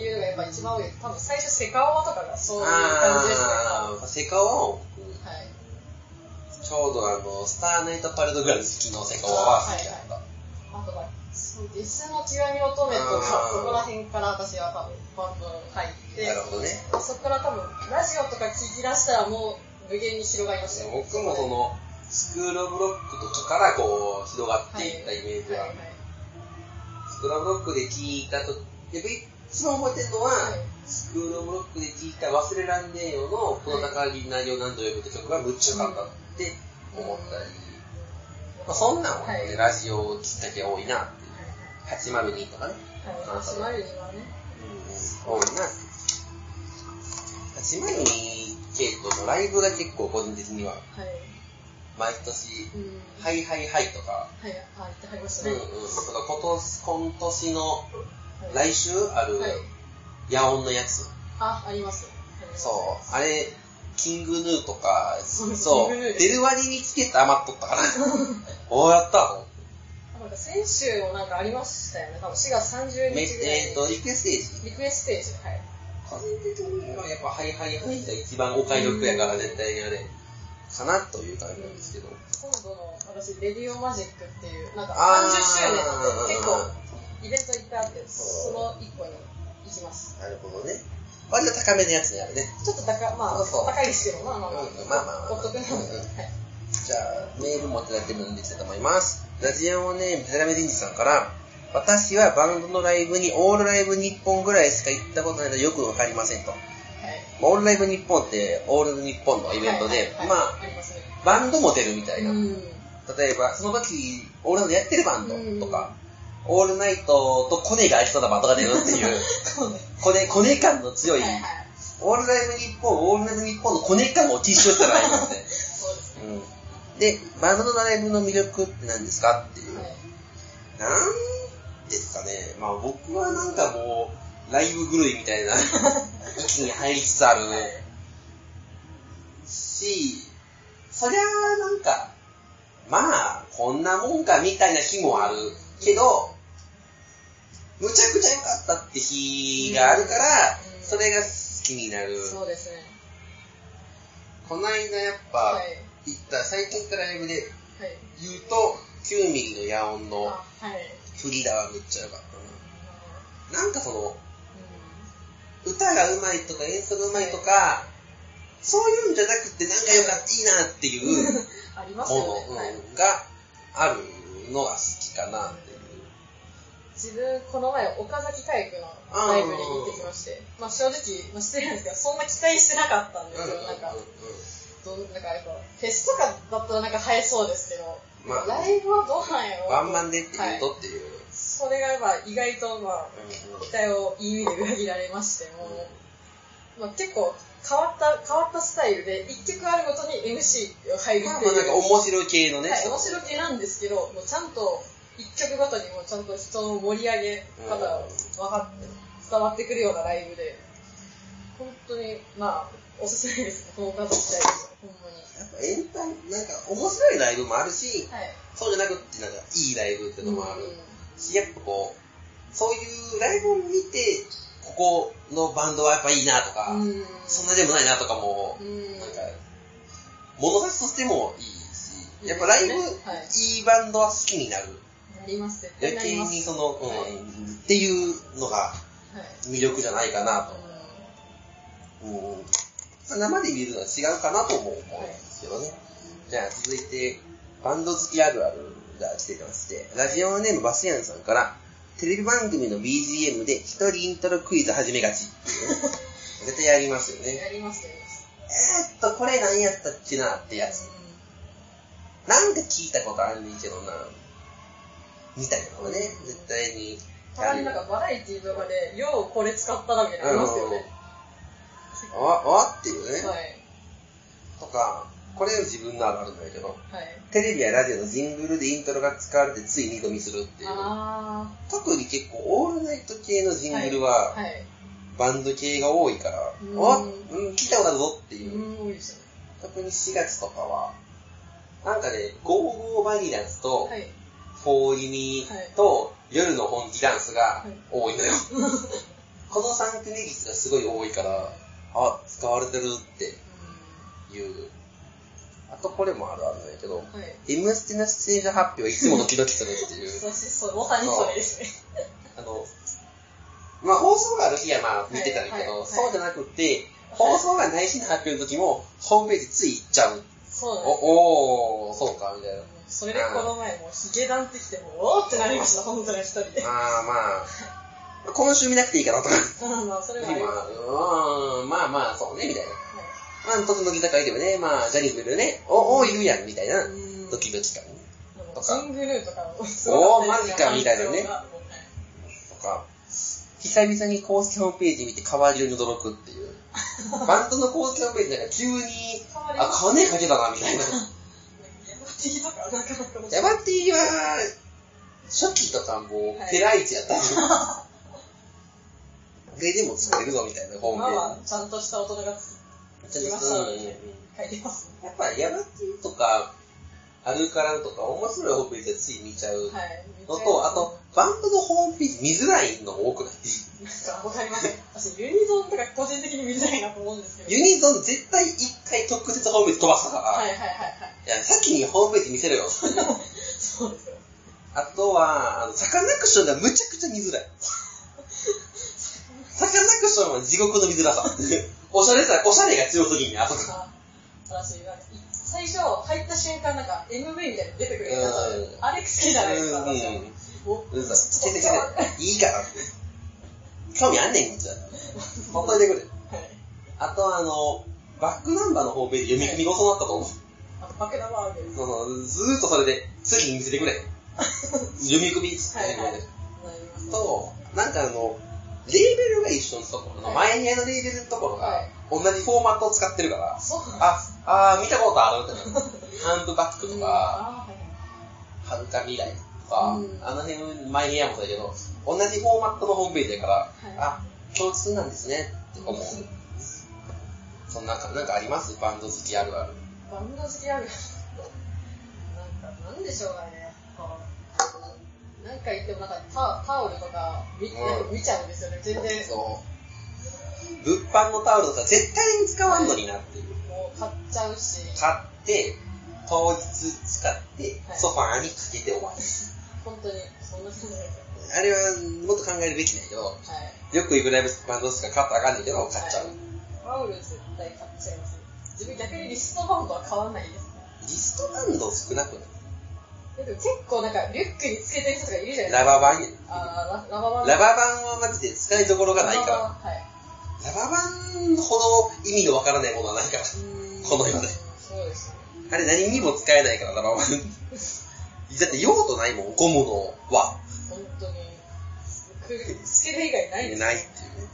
[SPEAKER 2] いうのがやっぱ一番多いです多分最初セカオワとかがそういう感じですね
[SPEAKER 1] あー、セカオワを僕、
[SPEAKER 2] はい
[SPEAKER 1] ちょうどあの、スターナイトパレードぐらいの時のセカオワは好きだった。
[SPEAKER 2] あとはそうデスの極み乙女と
[SPEAKER 1] あー
[SPEAKER 2] かそこら辺から私は多分バンド入って
[SPEAKER 1] なるほどね。
[SPEAKER 2] そこから多分ラジオとか聞き出したらもう無限に広がりましたよ
[SPEAKER 1] 僕もその、スクールオブロックとかからこう、広がっていったイメージは、
[SPEAKER 2] はいはいはい
[SPEAKER 1] スクールオブロックで聞いたと、やっぱり一番覚えてるのは、
[SPEAKER 2] はい
[SPEAKER 1] スクールオブロックで聞いた忘れらんねえよの、この高木内容何度読むって曲がむっちゃ良かったって思ったり、まあ、そんなんはね、
[SPEAKER 2] はい
[SPEAKER 1] ラジオきっかけ多いな。802とかね。
[SPEAKER 2] はい、シマリにはね、
[SPEAKER 1] 多いな。802系統のライブが結構個人的には、
[SPEAKER 2] はい、
[SPEAKER 1] 毎年、
[SPEAKER 2] うん、
[SPEAKER 1] ハイハイハイとか、
[SPEAKER 2] はい、あ、言ってはりました
[SPEAKER 1] うん
[SPEAKER 2] ね。
[SPEAKER 1] うん、とか今年、今年の
[SPEAKER 2] はい、
[SPEAKER 1] 来週ある
[SPEAKER 2] はい、
[SPEAKER 1] 野音のやつ。
[SPEAKER 2] あ、あります。あります
[SPEAKER 1] そう、あれ、キングヌーとか、
[SPEAKER 2] そう
[SPEAKER 1] そ
[SPEAKER 2] キングヌ
[SPEAKER 1] う、
[SPEAKER 2] ー
[SPEAKER 1] 出る割にチケット余っとったから、 おーやったと思って
[SPEAKER 2] なんか先週もなんかありましたよね、多分4月30
[SPEAKER 1] め
[SPEAKER 2] 日ぐらい
[SPEAKER 1] えっ、と、リクエストエイジ。
[SPEAKER 2] リクエストページ、はい。
[SPEAKER 1] 個人的にはやっぱ、ハイハイハイが一番お買い得やから絶対にあれ、かなという感じなんですけど。
[SPEAKER 2] 今度の私、レディオマジックっていう、なんか
[SPEAKER 1] あー
[SPEAKER 2] 30周年って結構イベントいっぱいあって、その1個に行きます。
[SPEAKER 1] なるほどね。割と高めのやつね、あれね。
[SPEAKER 2] ちょっと高,、まあ、
[SPEAKER 1] そうそう
[SPEAKER 2] 高いですけど、まあまあまあ、
[SPEAKER 1] うんまあまあまあ
[SPEAKER 2] お得なので、
[SPEAKER 1] うん
[SPEAKER 2] はい。
[SPEAKER 1] じゃあ、メールもいただいてるんでいきたいと思います。ラジオネーム、デラメディンジさんから、私はバンドのライブに、オールライブ日本ぐらいしか行ったことないのでよくわかりませんと。
[SPEAKER 2] はい
[SPEAKER 1] オールライブ日本って、オール日本のイベントで、
[SPEAKER 2] はいはいはい
[SPEAKER 1] ま
[SPEAKER 2] ありますね。
[SPEAKER 1] あ、バンドも出るみたいな。
[SPEAKER 2] うん
[SPEAKER 1] 例えば、その時、オールのやってるバンドとか、オールナイトとコネが合いそうなバンドが出るって いう、
[SPEAKER 2] そうね。
[SPEAKER 1] コネ、コネ感の強い、
[SPEAKER 2] はいはい
[SPEAKER 1] オールライブ日本、オールライブ日本のコネ感を実証したライブですね。
[SPEAKER 2] そうですね。
[SPEAKER 1] うんで、バンドのライブの魅力って何ですかっていう。
[SPEAKER 2] はい
[SPEAKER 1] なんですかね。まあ僕はなんかもう、ライブ狂いみたいな 域に入りつつあるし、そりゃあなんか、まあ、こんなもんかみたいな日もあるけど、むちゃくちゃ良かったって日があるから
[SPEAKER 2] う、ん
[SPEAKER 1] それが好きになる。
[SPEAKER 2] そうですね。
[SPEAKER 1] こないだやっ
[SPEAKER 2] は
[SPEAKER 1] ぱ、
[SPEAKER 2] い。
[SPEAKER 1] 行った最近行ったライブで、
[SPEAKER 2] はい。
[SPEAKER 1] 言うと、9ミリの野音の
[SPEAKER 2] あはい。
[SPEAKER 1] フリーダはめっちゃ良かったな。なんかその、
[SPEAKER 2] う
[SPEAKER 1] 歌が上手いとか演奏が上手いとか、そういうんじゃなくてなんか良かった、いいなっていうも
[SPEAKER 2] んありますよね。
[SPEAKER 1] の
[SPEAKER 2] はい
[SPEAKER 1] うんがあるのが好きかなっていう。
[SPEAKER 2] 自分、この前、岡崎体育のライブに行ってきまして、まあ正直、まあ、失礼なんですけど、そんな期待してなかったんですよ。なんか、どうなんかやっぱ、フェスとかだったらなんか映えそうですけど、
[SPEAKER 1] まあ、
[SPEAKER 2] ライブはどうなんやろ
[SPEAKER 1] ワンマンでって言うとっていう。
[SPEAKER 2] それがまあ意外と、まあ、
[SPEAKER 1] うん
[SPEAKER 2] 期待をいい意味で裏切られましてもう、まあ、結構変わった変わったスタイルで一曲あるごとに MC を入る
[SPEAKER 1] まあ
[SPEAKER 2] っ
[SPEAKER 1] まあ
[SPEAKER 2] てい
[SPEAKER 1] な
[SPEAKER 2] う、
[SPEAKER 1] んか面白い系のね。
[SPEAKER 2] はい、面白系なんですけどもうちゃんと一曲ごとにもうちゃんと人の盛り上げ方が分かって伝わってくるようなライブで本当にまあおすすめですこの方自体ですほんまに
[SPEAKER 1] やっぱエンタなんか面白いライブもあるし、
[SPEAKER 2] はい
[SPEAKER 1] そうじゃなくてなんかいいライブっていうのもある。
[SPEAKER 2] う
[SPEAKER 1] やっぱこう、そういうライブを見て、ここのバンドはやっぱいいなとか、
[SPEAKER 2] んうん
[SPEAKER 1] そんなでもないなとかも、
[SPEAKER 2] うん
[SPEAKER 1] なんか、物差しとしてもいいし、やっぱライブ、
[SPEAKER 2] はい
[SPEAKER 1] い、いバンドは好きになる。
[SPEAKER 2] なります絶対
[SPEAKER 1] 余計
[SPEAKER 2] なりま
[SPEAKER 1] に
[SPEAKER 2] す
[SPEAKER 1] その、うん
[SPEAKER 2] はい
[SPEAKER 1] っていうのが
[SPEAKER 2] はい
[SPEAKER 1] 魅力じゃないかな
[SPEAKER 2] うん
[SPEAKER 1] と。うん生で見るのは違うかなとも思うんですけどね。じゃあ続いて、バンド好きあるあるが来てまして、ラジオネームバスヤンさんから、テレビ番組の BGM で一人イントロクイズ始めがちって いう。絶対やりますよね。
[SPEAKER 2] やりますやります
[SPEAKER 1] えー、っと、これ何やったっけなってやつ。なんか聞いたことあるんけどな。みたいなのがね、絶対に。
[SPEAKER 2] たまになんかバラエティーとかで、ようこれ使ったなみたいなのありますよね。
[SPEAKER 1] あわ、あっていうね。
[SPEAKER 2] はい。
[SPEAKER 1] とか、これ自分のあるあるなんだけど、
[SPEAKER 2] はい。
[SPEAKER 1] テレビやラジオのジングルでイントロが使われてつい二度見するっていう。
[SPEAKER 2] あ
[SPEAKER 1] 特に結構オールナイト系のジングル
[SPEAKER 2] あ。
[SPEAKER 1] は
[SPEAKER 2] はい。
[SPEAKER 1] バンド系が多いから、
[SPEAKER 2] うん
[SPEAKER 1] おうん、聞いたことあるぞって
[SPEAKER 2] う
[SPEAKER 1] いう。
[SPEAKER 2] ん、多いですね。
[SPEAKER 1] 特に4月とかは、なんかね、ゴーゴーバニラズと
[SPEAKER 2] は、い。
[SPEAKER 1] フォーリミと、夜の本気ダンスが多 いのよ。この3組率がすごい多いから、あ、使われてるっていう。あとこれもあるあるんだけど、
[SPEAKER 2] はい。
[SPEAKER 1] M ステの出演者発表はいつもドキドキするっていう。
[SPEAKER 2] そして、そう、まさにそれですね。
[SPEAKER 1] あの、まあ、放送がある日はまあ見てたんだけど、
[SPEAKER 2] はいはいはい
[SPEAKER 1] そうじゃなくて、放送がない日の発表の時も、ホームページつい行っちゃう。
[SPEAKER 2] そうだね。
[SPEAKER 1] お、おー、そうか、み たいな。
[SPEAKER 2] それでこの前もうヒゲダンってきてもう、おーってなりました、本当に一人で。
[SPEAKER 1] あー、まあ、今週見なくていいかなとか。
[SPEAKER 2] まあまあ、それはあ
[SPEAKER 1] 今、
[SPEAKER 2] ります。
[SPEAKER 1] うーん、まあまあ、そうね、みたいな。まあ、時々高いでもね、まあ、ジャニーズでね、お、お、いるやん、みたいな。
[SPEAKER 2] うーん
[SPEAKER 1] ドキドキ感とか
[SPEAKER 2] キングヌーとかもす
[SPEAKER 1] おー
[SPEAKER 2] かったですよ
[SPEAKER 1] マジかみたいなね
[SPEAKER 2] 反響がもうね
[SPEAKER 1] とか、久々に公式ホームページ見て川中に驚くっていう。バンドの公式ホームページなんか急に、あ、金かけたな、みたいな。
[SPEAKER 2] ヤバティとかなかなか面白い
[SPEAKER 1] ヤバティは、初期とかもう、ペライチやった。で、でも作れるぞ、みたいな、ホーム
[SPEAKER 2] 今
[SPEAKER 1] ペ
[SPEAKER 2] は
[SPEAKER 1] ー
[SPEAKER 2] ちゃんとした大人が
[SPEAKER 1] ジ。
[SPEAKER 2] 作りましたので、書いてます。
[SPEAKER 1] やっぱ、ヤバティとか、アルカランとか、面白いホームページはつい見ちゃう
[SPEAKER 2] はい。
[SPEAKER 1] のと、あと、バンドのホームページ見づらいの多くない
[SPEAKER 2] なんかわかりません。私、ユニゾンとか個人的に見たいなと思うんですけど。
[SPEAKER 1] ユニゾン絶対一回特設ホームページ飛ばしたから、
[SPEAKER 2] はい
[SPEAKER 1] い、
[SPEAKER 2] はいはいはい。
[SPEAKER 1] や、先にホームページ見せろよ。
[SPEAKER 2] そうですよ。
[SPEAKER 1] あとは、あの、サカナクションがむちゃくちゃ見 づらい。サカナクションは地獄の見づ らさ。おしゃれさ、おしゃれが強すぎんね、あそこ。
[SPEAKER 2] あ私、なんかい最初入った瞬間、なんか MV みたいに出てくるや
[SPEAKER 1] うん
[SPEAKER 2] つ、あれ好きじゃないですか、
[SPEAKER 1] うん。う
[SPEAKER 2] 私は。
[SPEAKER 1] ん。
[SPEAKER 2] お
[SPEAKER 1] うるさい。つけてくれ。いいからって。興味あんねん、こっちは。ほっといてくれ。
[SPEAKER 2] はい。
[SPEAKER 1] あとは、あの、バックナンバーのホームページ読み見事だったと思う。
[SPEAKER 2] あと、バケラバーゲン。
[SPEAKER 1] その、ずーっとそれで、次に見せてくれ。読み込みっつって、
[SPEAKER 2] はいはい
[SPEAKER 1] 今まで
[SPEAKER 2] なりますね
[SPEAKER 1] と、なんかあの、レーベルが一緒のところの、
[SPEAKER 2] は
[SPEAKER 1] 前にあのレーベルのところ
[SPEAKER 2] は
[SPEAKER 1] が
[SPEAKER 2] い、
[SPEAKER 1] 同じフォーマットを使ってるから、
[SPEAKER 2] そうなんだ
[SPEAKER 1] あ、あー見たことあるってなる。ハンドバックとか、
[SPEAKER 2] あーはいは
[SPEAKER 1] は
[SPEAKER 2] い
[SPEAKER 1] るか未来とか
[SPEAKER 2] うん、
[SPEAKER 1] あの辺、前にやもそうだけど、同じフォーマットのホームページだから、あ、共通なんですねって思う。そんなか、なんかありますバンド好きあるある。
[SPEAKER 2] バンド好きあるなんかなんでしょうかねやっぱなんか言ってもなんかタタオルとか見,、
[SPEAKER 1] うん
[SPEAKER 2] 見ちゃうんですよね全然
[SPEAKER 1] そう。物販のタオルとか絶対に使わんのになっていう。
[SPEAKER 2] もう買っちゃうし
[SPEAKER 1] 買って、当日使って、
[SPEAKER 2] はい
[SPEAKER 1] ソファーにかけて終わり。
[SPEAKER 2] 本当にそんな感じですよ
[SPEAKER 1] あれはもっと考えるべきなんやけど、
[SPEAKER 2] はい
[SPEAKER 1] よく行くライブバンドしか買ったらあかんねんけど、買っちゃう。
[SPEAKER 2] はいタオル絶対買っちゃいます自分逆にリストバンドは買わないですね
[SPEAKER 1] リストバンド少なくな
[SPEAKER 2] でも結構なんかリュックにつけてる人とかいるじゃない
[SPEAKER 1] い
[SPEAKER 2] ですか
[SPEAKER 1] ラバーバンや
[SPEAKER 2] あーララババンド
[SPEAKER 1] ラバーバンはマジで使いどころがない
[SPEAKER 2] ラバ
[SPEAKER 1] か
[SPEAKER 2] バンはい
[SPEAKER 1] ら、ラバーバンほど意味のわからないものはないから、この世で
[SPEAKER 2] そうですね
[SPEAKER 1] あれ何にも使えないから、ラバーバン。 だって用途ないもん、ゴムのは。
[SPEAKER 2] 本当にくつける以外ないです
[SPEAKER 1] ないっていうね。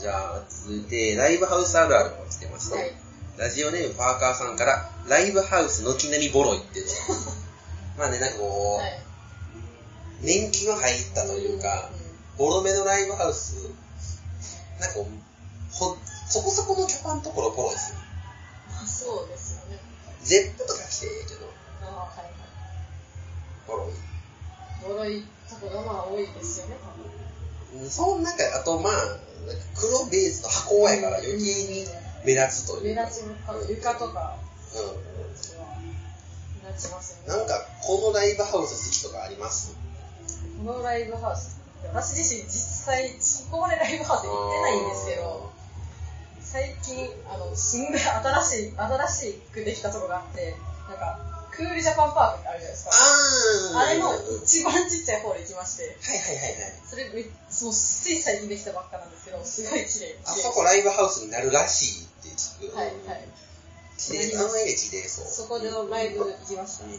[SPEAKER 1] じゃあ、続いて、ライブハウスあるあるも来てました。
[SPEAKER 2] はい
[SPEAKER 1] ラジオネームパーカーさんから、ライブハウス軒並みボロい っていうの。まあね、なんかこう、
[SPEAKER 2] はい
[SPEAKER 1] 年季の入ったというか、ボロめのライブハウス、なんかこうほ、そこそこのキャパのところボロいですよ。
[SPEAKER 2] まあそうですよね
[SPEAKER 1] Z とか来てええけど、
[SPEAKER 2] ああはいは
[SPEAKER 1] ボロい。
[SPEAKER 2] いボロいとこがまあ多いですよね多分
[SPEAKER 1] うんその中、あとまあ、なんか黒ベースの箱やから余計に目立つとい
[SPEAKER 2] 目
[SPEAKER 1] うか。
[SPEAKER 2] 立ちます床と
[SPEAKER 1] う
[SPEAKER 2] か
[SPEAKER 1] ん。
[SPEAKER 2] は目立ちますよ
[SPEAKER 1] な
[SPEAKER 2] ね
[SPEAKER 1] んか、このライブハウス好きとかあります
[SPEAKER 2] このライブハウス私自身実際そこまでライブハウス行ってないんですけど最近あのすんごい新しい新しくできたとこがあってなんかクールジャパンパークってあるじゃないです
[SPEAKER 1] あ
[SPEAKER 2] か
[SPEAKER 1] ー
[SPEAKER 2] あれの
[SPEAKER 1] はいはいはい
[SPEAKER 2] 一番ちっちゃい方で行きまして、
[SPEAKER 1] はい。
[SPEAKER 2] それめっ、そのつい最近できたばっかなんですけど、すごい綺麗。
[SPEAKER 1] あそこライブハウスになるらしいって聞く。
[SPEAKER 2] はいはい。
[SPEAKER 1] 綺麗、あの絵が綺麗そう。
[SPEAKER 2] そこでのライブ行きまし
[SPEAKER 1] う
[SPEAKER 2] た。は
[SPEAKER 1] ん
[SPEAKER 2] い。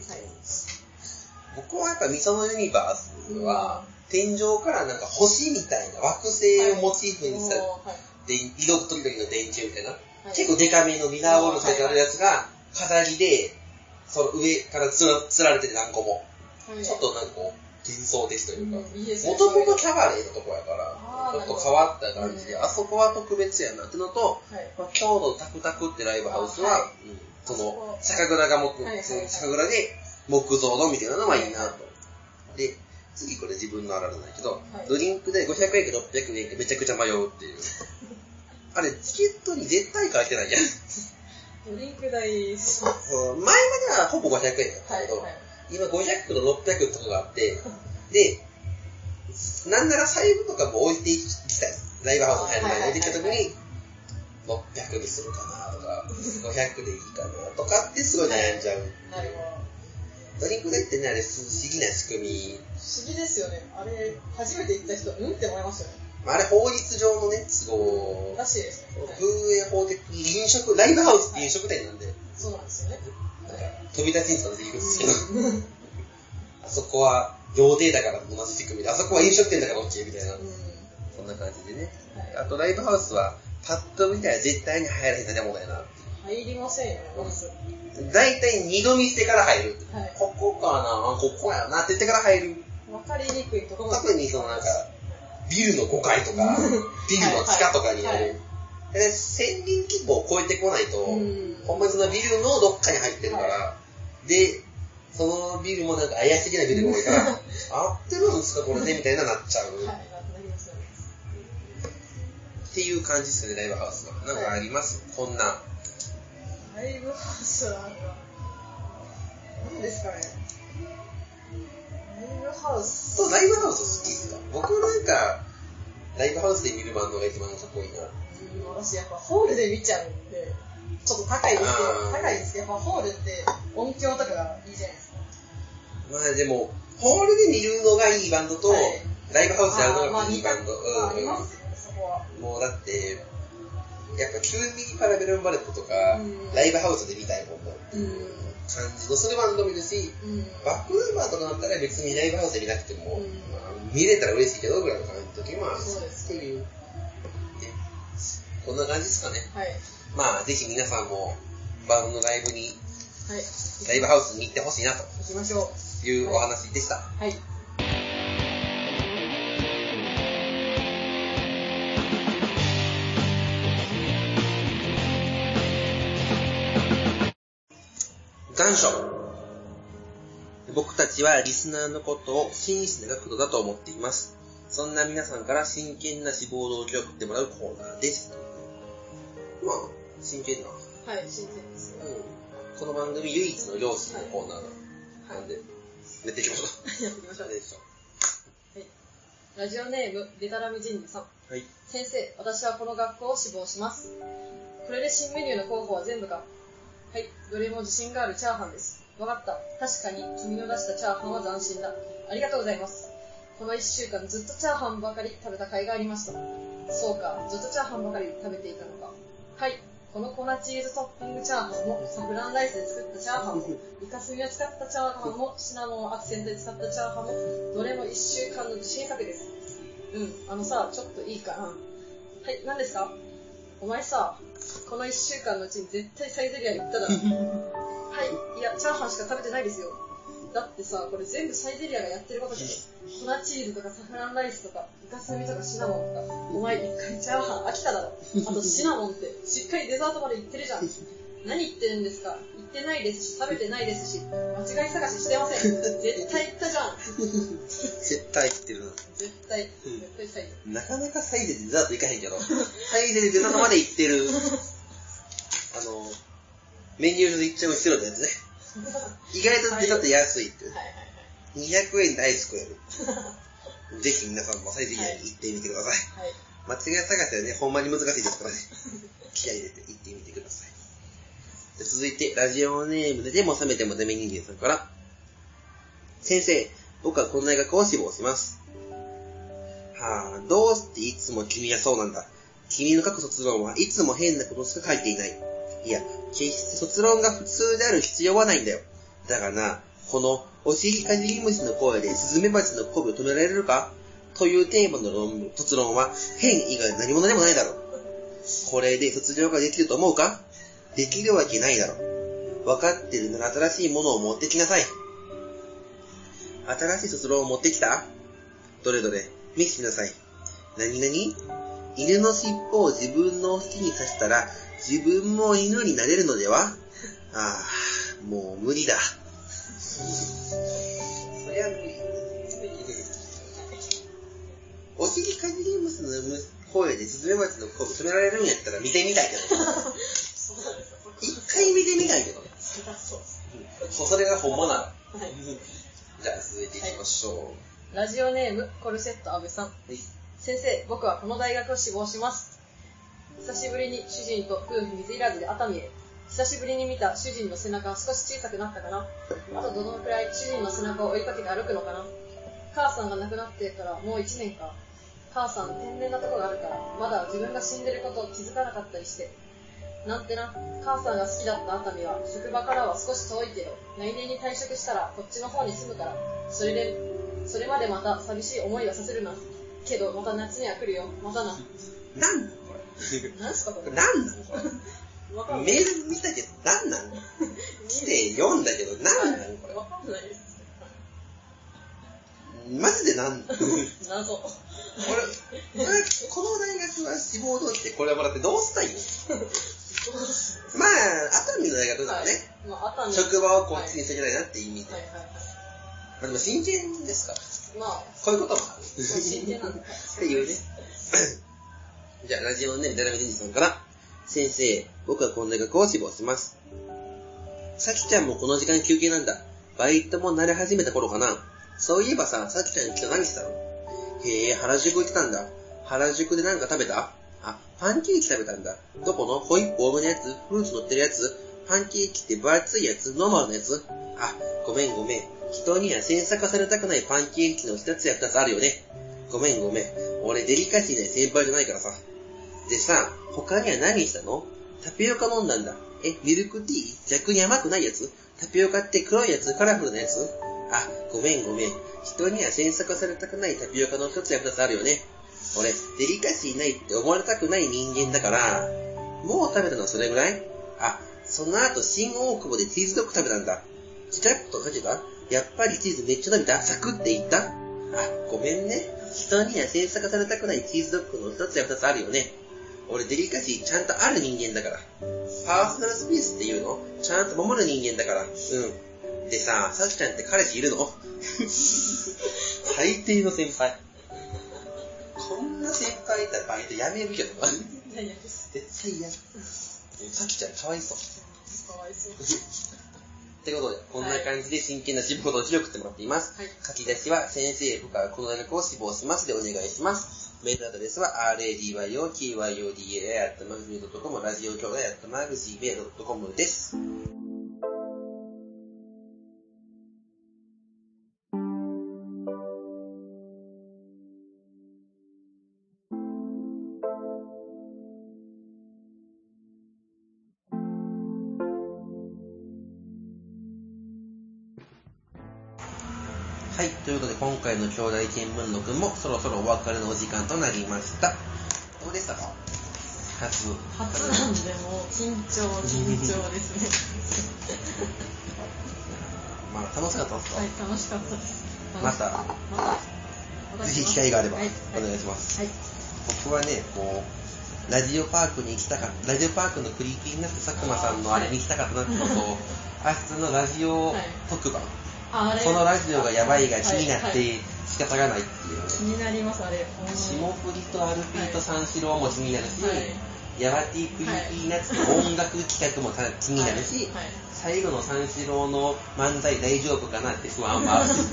[SPEAKER 1] 僕はやっぱミソのユニバースは、
[SPEAKER 2] う
[SPEAKER 1] 天井からなんか星みたいな惑星をモチーフにした、
[SPEAKER 2] もうはい
[SPEAKER 1] で色とりどりの電柱みたいな、
[SPEAKER 2] はい
[SPEAKER 1] 結構デカめのミラーボールされてあるやつが、飾りで、その上からつらつられてて何個も、
[SPEAKER 2] はい
[SPEAKER 1] ちょっとなんかこう幻想的というか、
[SPEAKER 2] うんいいですね
[SPEAKER 1] もともとキャバレーのとこやから
[SPEAKER 2] あ、
[SPEAKER 1] ち
[SPEAKER 2] ー
[SPEAKER 1] ょっと変わった感じで、あ
[SPEAKER 2] な
[SPEAKER 1] そこは特別やなってのと、
[SPEAKER 2] はい。
[SPEAKER 1] まあ、京都タクタクってライブハウスは、
[SPEAKER 2] あは
[SPEAKER 1] うんそ
[SPEAKER 2] あそ
[SPEAKER 1] の
[SPEAKER 2] こ、
[SPEAKER 1] 酒蔵が木、
[SPEAKER 2] はいはいはい
[SPEAKER 1] 酒蔵で木造のみたいなのはいいなと。で、次これ自分のあられなんだけど、
[SPEAKER 2] はい
[SPEAKER 1] ドリンクで500円か600円かめちゃくちゃ迷うって いう。あれ、チケットに絶対書いてない やん。
[SPEAKER 2] ドリンク代、そ
[SPEAKER 1] 前
[SPEAKER 2] う
[SPEAKER 1] まではほぼ500円だった
[SPEAKER 2] は
[SPEAKER 1] け
[SPEAKER 2] い
[SPEAKER 1] ど、
[SPEAKER 2] はい。
[SPEAKER 1] 今500とか600とかがあって、で、なんなら財布とかも置いていきたい。ライブハウスに入る前に置いてきた時
[SPEAKER 2] はいはい
[SPEAKER 1] に、 600にするかなと か、500でいいかなとかってすごい悩んじゃう。
[SPEAKER 2] なるほど。
[SPEAKER 1] ドリンク代ってね、あれ不思議な仕組み。
[SPEAKER 2] 不思議ですよね。あれ、初めて行った人、うんって思いましたよね。
[SPEAKER 1] まあ、あれ法律上のね、都合
[SPEAKER 2] ら。しいですね。はい
[SPEAKER 1] 風営法的に飲食、ライブハウスって飲食店なんで、
[SPEAKER 2] そうなんですよね。
[SPEAKER 1] なんか飛び出しにされていくんですけど、あそこは料亭だから同じ仕組みで、あそこは飲食店だから OK みたいな
[SPEAKER 2] う、ん。
[SPEAKER 1] そんな感じでね。
[SPEAKER 2] は
[SPEAKER 1] あとライブハウスは、パッと見たら絶対に入らへんなもんだよな。
[SPEAKER 2] い入りませんよね、まず。はい。
[SPEAKER 1] 大体二度見してから入る。ここかな、あここやなって言ってから入る。
[SPEAKER 2] わかりにくいところ
[SPEAKER 1] 特にそのなんか、ビルの5階 とか、ビルの地下とかにあ
[SPEAKER 2] はいはい
[SPEAKER 1] る。で、1000人規模を超えてこないと、
[SPEAKER 2] うん
[SPEAKER 1] ほんまにそのビルのどっかに入ってるから、で、そのビルもなんか怪しげなビルが多いから、 合ってるんですかこれでみたいななっちゃう。
[SPEAKER 2] はい、ななりますよね。
[SPEAKER 1] っていう感じですよね、ライブハウスは。なんかありますこんな。
[SPEAKER 2] ライブハウスは、何ですかね。ライブハウス。
[SPEAKER 1] そう、ライブハウス好きですか僕なんか、ライブハウスで見るバンドが一番かっこいいな。
[SPEAKER 2] うん私やっぱホールで見ちゃうんで、ちょっと高いですけ
[SPEAKER 1] うん
[SPEAKER 2] ど、高いですけど、やっぱホールって音響とかがいいじゃないですか。
[SPEAKER 1] まあでも、ホールで見るのがいいバンドと、
[SPEAKER 2] はい
[SPEAKER 1] ライブハウスでやる
[SPEAKER 2] あ
[SPEAKER 1] の
[SPEAKER 2] まあ
[SPEAKER 1] がいいバンド。
[SPEAKER 2] まああ
[SPEAKER 1] うん
[SPEAKER 2] りますよね、そこは。
[SPEAKER 1] もうだって、やっぱ9ミリパラベルンバレットとか、
[SPEAKER 2] うん
[SPEAKER 1] ライブハウスで見たいもんの
[SPEAKER 2] うん。
[SPEAKER 1] 感じのするバンドもいるし、
[SPEAKER 2] うん。
[SPEAKER 1] バックナンバーとかだったら別にライブハウスで見なくても、
[SPEAKER 2] うん
[SPEAKER 1] まあ見れたら嬉しいけどぐらいの感じの時もある
[SPEAKER 2] そうです
[SPEAKER 1] という。でこんな感じですかね。
[SPEAKER 2] はい。
[SPEAKER 1] まあぜひ皆さんもバンドのライブに、
[SPEAKER 2] はい。
[SPEAKER 1] ライブハウスに行ってほしいなと
[SPEAKER 2] 行きましょ
[SPEAKER 1] いうお話でした。
[SPEAKER 2] う。はい。
[SPEAKER 1] 願書僕たちはリスナーのことを真摯な学徒だと思っています。そんな皆さんから真剣な志望動機を送ってもらうコーナーです。まあ、真剣な。う
[SPEAKER 2] はい、新鮮ですよ。
[SPEAKER 1] ん。この番組唯一の両親のコーナーなんで、出てきましょ
[SPEAKER 2] やっていきましょ
[SPEAKER 1] う。
[SPEAKER 2] う。
[SPEAKER 1] でしょ
[SPEAKER 2] ラジオネーム、デタラム神社さん。
[SPEAKER 1] はい。
[SPEAKER 2] 先生、私はこの学校を志望します。これで新メニューの候補は全部か。はい、どれも自信があるチャーハンです。わかった。確かに君の出したチャーハンは斬新だ。ありがとうございます。この一週間ずっとチャーハンばかり食べた甲斐がありました。そうか、ずっとチャーハンばかり食べていたのか。はい、この粉チーズトッピングチャーハンも、サフランライスで作ったチャーハンも、イカスミを使ったチャーハンも、シナモンをアクセントで使ったチャーハンも、どれも一週間の自信作です。うん、あのさ、ちょっといいかな。はい、何ですかお前さ、この1週間のうちに絶対サイゼリア行っただろ。はい、いや、チャーハンしか食べてないですよ。だってさ、これ全部サイゼリアがやってることじゃん。粉チーズとかサフランライスとか、イカスミとかシナモンとか、お前一回チャーハン飽きただろ。あとシナモンって、しっかりデザートまで行ってるじゃん。何言ってるんですか行ってないですし、食べてないですし、間違い探ししてません。絶対行ったじゃん。
[SPEAKER 1] 絶対切ってる
[SPEAKER 2] 絶対、絶対サイゼ
[SPEAKER 1] な。なかなかサイゼでデザート行かへんけど、サイゼでデザートまで行ってる、あの、メニュー上で行っちゃう白のやつね。
[SPEAKER 2] リア。は
[SPEAKER 1] 意外とデザート安いって。
[SPEAKER 2] いはいはい。
[SPEAKER 1] 200円大好きやる。ぜひ皆さんもサイゼリアに行ってみてください。
[SPEAKER 2] はい。
[SPEAKER 1] 間違い探しはね、ほんまに難しいですからね。気合い入れて行ってみてください。で続いて、ラジオネームででも覚めてもダメ人間さんから。先生、僕はこんな学校を志望します。はぁ、どうしていつも君はそうなんだ。君の書く卒論はいつも変なことしか書いていない。いや、決して卒論が普通である必要はないんだよ。だがな、この、お尻かじり虫の声でスズメバチの声を止められるかというテーマの論文卒論は変以外何者でもないだろう。これで卒業ができると思うかできるわけないだろう。分かってるなら新しいものを持ってきなさい。新しい卒論を持ってきたどれどれ、見せてなさい。何々犬の尻尾を自分の好きに刺したら自分も犬になれるのではああ、もう無理だ。そりゃ無理。お尻かじり虫の声でスズメバチの声を止められるんやったら見てみたいけ ど。
[SPEAKER 2] そうなんですよ。そこ
[SPEAKER 1] 一回見てみたいけど。
[SPEAKER 2] そりゃそうです
[SPEAKER 1] それが本物なの。
[SPEAKER 2] はい。
[SPEAKER 1] じゃあ続いていきましょ
[SPEAKER 2] ラジオネーム、コルセット安部さん。
[SPEAKER 1] う。はい。
[SPEAKER 2] 先生、僕はこの大学を志望します。久しぶりに主人と夫婦水入らずで熱海へ。久しぶりに見た主人の背中は少し小さくなったかな。あとどのくらい主人の背中を追いかけて歩くのかな。母さんが亡くなってからもう1年か。母さん天然なとこがあるから、まだ自分が死んでることを気づかなかったりして。なんてな、母さんが好きだった熱海は職場からは少し遠いけど、来年に退職したらこっちの方に住むから、それで、それまでまた寂しい思いはさせるな。けどまた夏には来るよ。またな。
[SPEAKER 1] なんなのこれ。
[SPEAKER 2] 何すかこれ。
[SPEAKER 1] なんなのこれ。
[SPEAKER 2] わかんない。
[SPEAKER 1] メール見たけど、なんなの来て読んだけど、なんなのこれ。
[SPEAKER 2] わかんないです。
[SPEAKER 1] マジで なんなの
[SPEAKER 2] 謎。
[SPEAKER 1] 俺、俺この大学は志望動機でこれもらってどうしたいのまあ、熱海の大学だからね、
[SPEAKER 2] はい。まあ、熱海
[SPEAKER 1] 職場をこっちにしていけないなって意味で。
[SPEAKER 2] はいはいはい
[SPEAKER 1] まあでも真剣ですから、
[SPEAKER 2] まあ、
[SPEAKER 1] こういうことも ある。
[SPEAKER 2] 真剣なんで。
[SPEAKER 1] っていうね。 じゃあ、ラジオネーム、ダラメディさんから。先生、僕はこの大学を志望します。さきちゃんもこの時間休憩なんだ。バイトも慣れ始めた頃かな。そういえばさ、さきちゃん今日何してたのへえ、原宿行ってたんだ。原宿で何か食べたあ、パンケーキ食べたんだ。どこのホイップ多めのやつフルーツ乗ってるやつパンケーキって分厚いやつノーマルのやつあ、ごめんごめん。人には詮索されたくないパンケーキの一つや二つあるよね。ごめんごめん。俺デリカシーない先輩じゃないからさ。でさ、他には何したのタピオカ飲んだんだ。え、ミルクティー逆に甘くないやつタピオカって黒いやつカラフルなやつあ、ごめんごめん。人には詮索されたくないタピオカの一つや二つあるよね。俺、デリカシーないって思われたくない人間だから、もう食べたのはそれぐらいあ、その後新大久保でチーズドッグ食べたんだ。チラッとかけたやっぱりチーズめっちゃ伸びたサクっていったあ、ごめんね。人には詮索されたくないチーズドッグの一つや二つあるよね。俺デリカシーちゃんとある人間だから。パーソナルスペースっていうのちゃんと守る人間だから。うん。でさ、さきちゃんって彼氏いるの最低の先輩。こんな先輩いたらバイトやめるけどな。
[SPEAKER 2] 何やです。
[SPEAKER 1] 絶対嫌。さきちゃんかわいそう。
[SPEAKER 2] かわいそう。
[SPEAKER 1] ってことで、こんな感じで真剣な志望動機を送ってもらっています。
[SPEAKER 2] はい。
[SPEAKER 1] 書き出しは、先生、僕はこの大学を志望しますでお願いします。メールアドレスは、radyokyodai.magazine.com、ラジオ兄弟 .magazine.com です。はい、ということで、今回の兄弟見聞録もそろそろお別れのお時間となりました。どうでしたか初。
[SPEAKER 2] 初なんで、もう緊張、緊張ですね。
[SPEAKER 1] まあ、楽しかったですか、
[SPEAKER 2] はい、楽しかったです。
[SPEAKER 1] また
[SPEAKER 2] また。
[SPEAKER 1] ぜひ機会があれば、
[SPEAKER 2] はい。
[SPEAKER 1] お願いします。
[SPEAKER 2] はい。
[SPEAKER 1] 僕はね、こう、ラジオパークに行きたかった、ラジオパークのクリーピーになって佐久間さんのあれに行きたかったなってこと を、明日のラジオ特番、
[SPEAKER 2] あれ。
[SPEAKER 1] このラジオがやばいが気になっ
[SPEAKER 2] はいはい
[SPEAKER 1] て仕方がないっていうね、
[SPEAKER 2] 気になります、あれ。
[SPEAKER 1] 霜降りとアルピーと三四郎も気になるし、
[SPEAKER 2] はい。
[SPEAKER 1] ヤバティクリーピーナッツの音楽企画もた気になるし、
[SPEAKER 2] はい。
[SPEAKER 1] 最後の三四郎の漫才大丈夫かなって不安もあ るし、
[SPEAKER 2] 本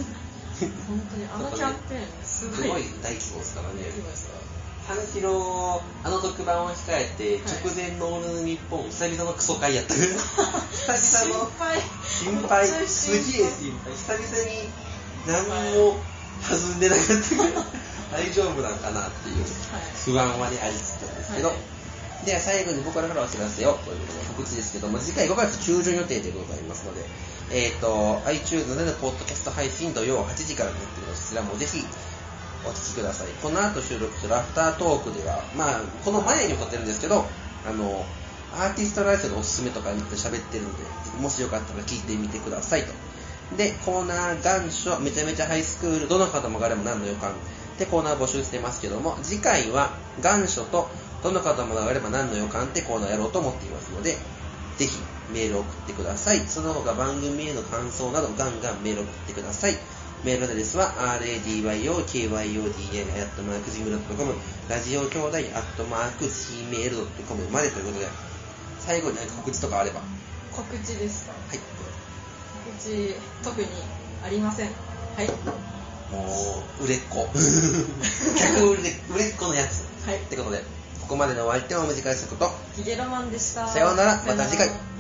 [SPEAKER 2] 当に、あのキャンペーン、す
[SPEAKER 1] す
[SPEAKER 2] ごい。
[SPEAKER 1] ごい大規模ですからね。
[SPEAKER 2] すごいですから
[SPEAKER 1] 三四郎、あの特番を控えて、
[SPEAKER 2] い
[SPEAKER 1] 直前のオールの日本、久々のクソ会や った。久々の
[SPEAKER 2] 心配
[SPEAKER 1] 心配、
[SPEAKER 2] めっちゃ
[SPEAKER 1] す
[SPEAKER 2] 心配
[SPEAKER 1] げえ心配、久々に何も弾んでなかったから大丈夫なんかなっていう不安はね、ありつつなんですけど、
[SPEAKER 2] はい
[SPEAKER 1] では最後に僕らからお知らせをということで告知ですけども、次回5月中旬予定でございますので、えっ、と、iTunes でのポッドキャスト配信土曜8時からになっているので、そちらもぜひお聞きください。この後収録するアフタートークでは、まあ、この前にも撮ってるんですけど、あの、アーティストライフのおすすめとかについて喋ってるので、もしよかったら聞いてみてくださいと。で、コーナー、願書、めちゃめちゃハイスクール、どの方もがでも何の予感ってコーナー募集してますけども、次回は願書とどの方もがれば何の予感ってコーナーやろうと思っていますので、ぜひメールを送ってください。その他番組への感想などガンガンメールを送ってください。メールアドレスは radyokyodai.gmail.com ラジオ兄弟 .gmail.com までということで、最後に何か告知とかあれば。は
[SPEAKER 2] 告知ですか
[SPEAKER 1] い。
[SPEAKER 2] 告知特にありませんはい
[SPEAKER 1] もう、売れっ子。逆売れ売れっ子のやつ。
[SPEAKER 2] はい
[SPEAKER 1] ってことで、
[SPEAKER 2] ここまでのお相手はお短いすこと。
[SPEAKER 1] ヒゲロマンでした。
[SPEAKER 2] さようならまた次回
[SPEAKER 1] さようなら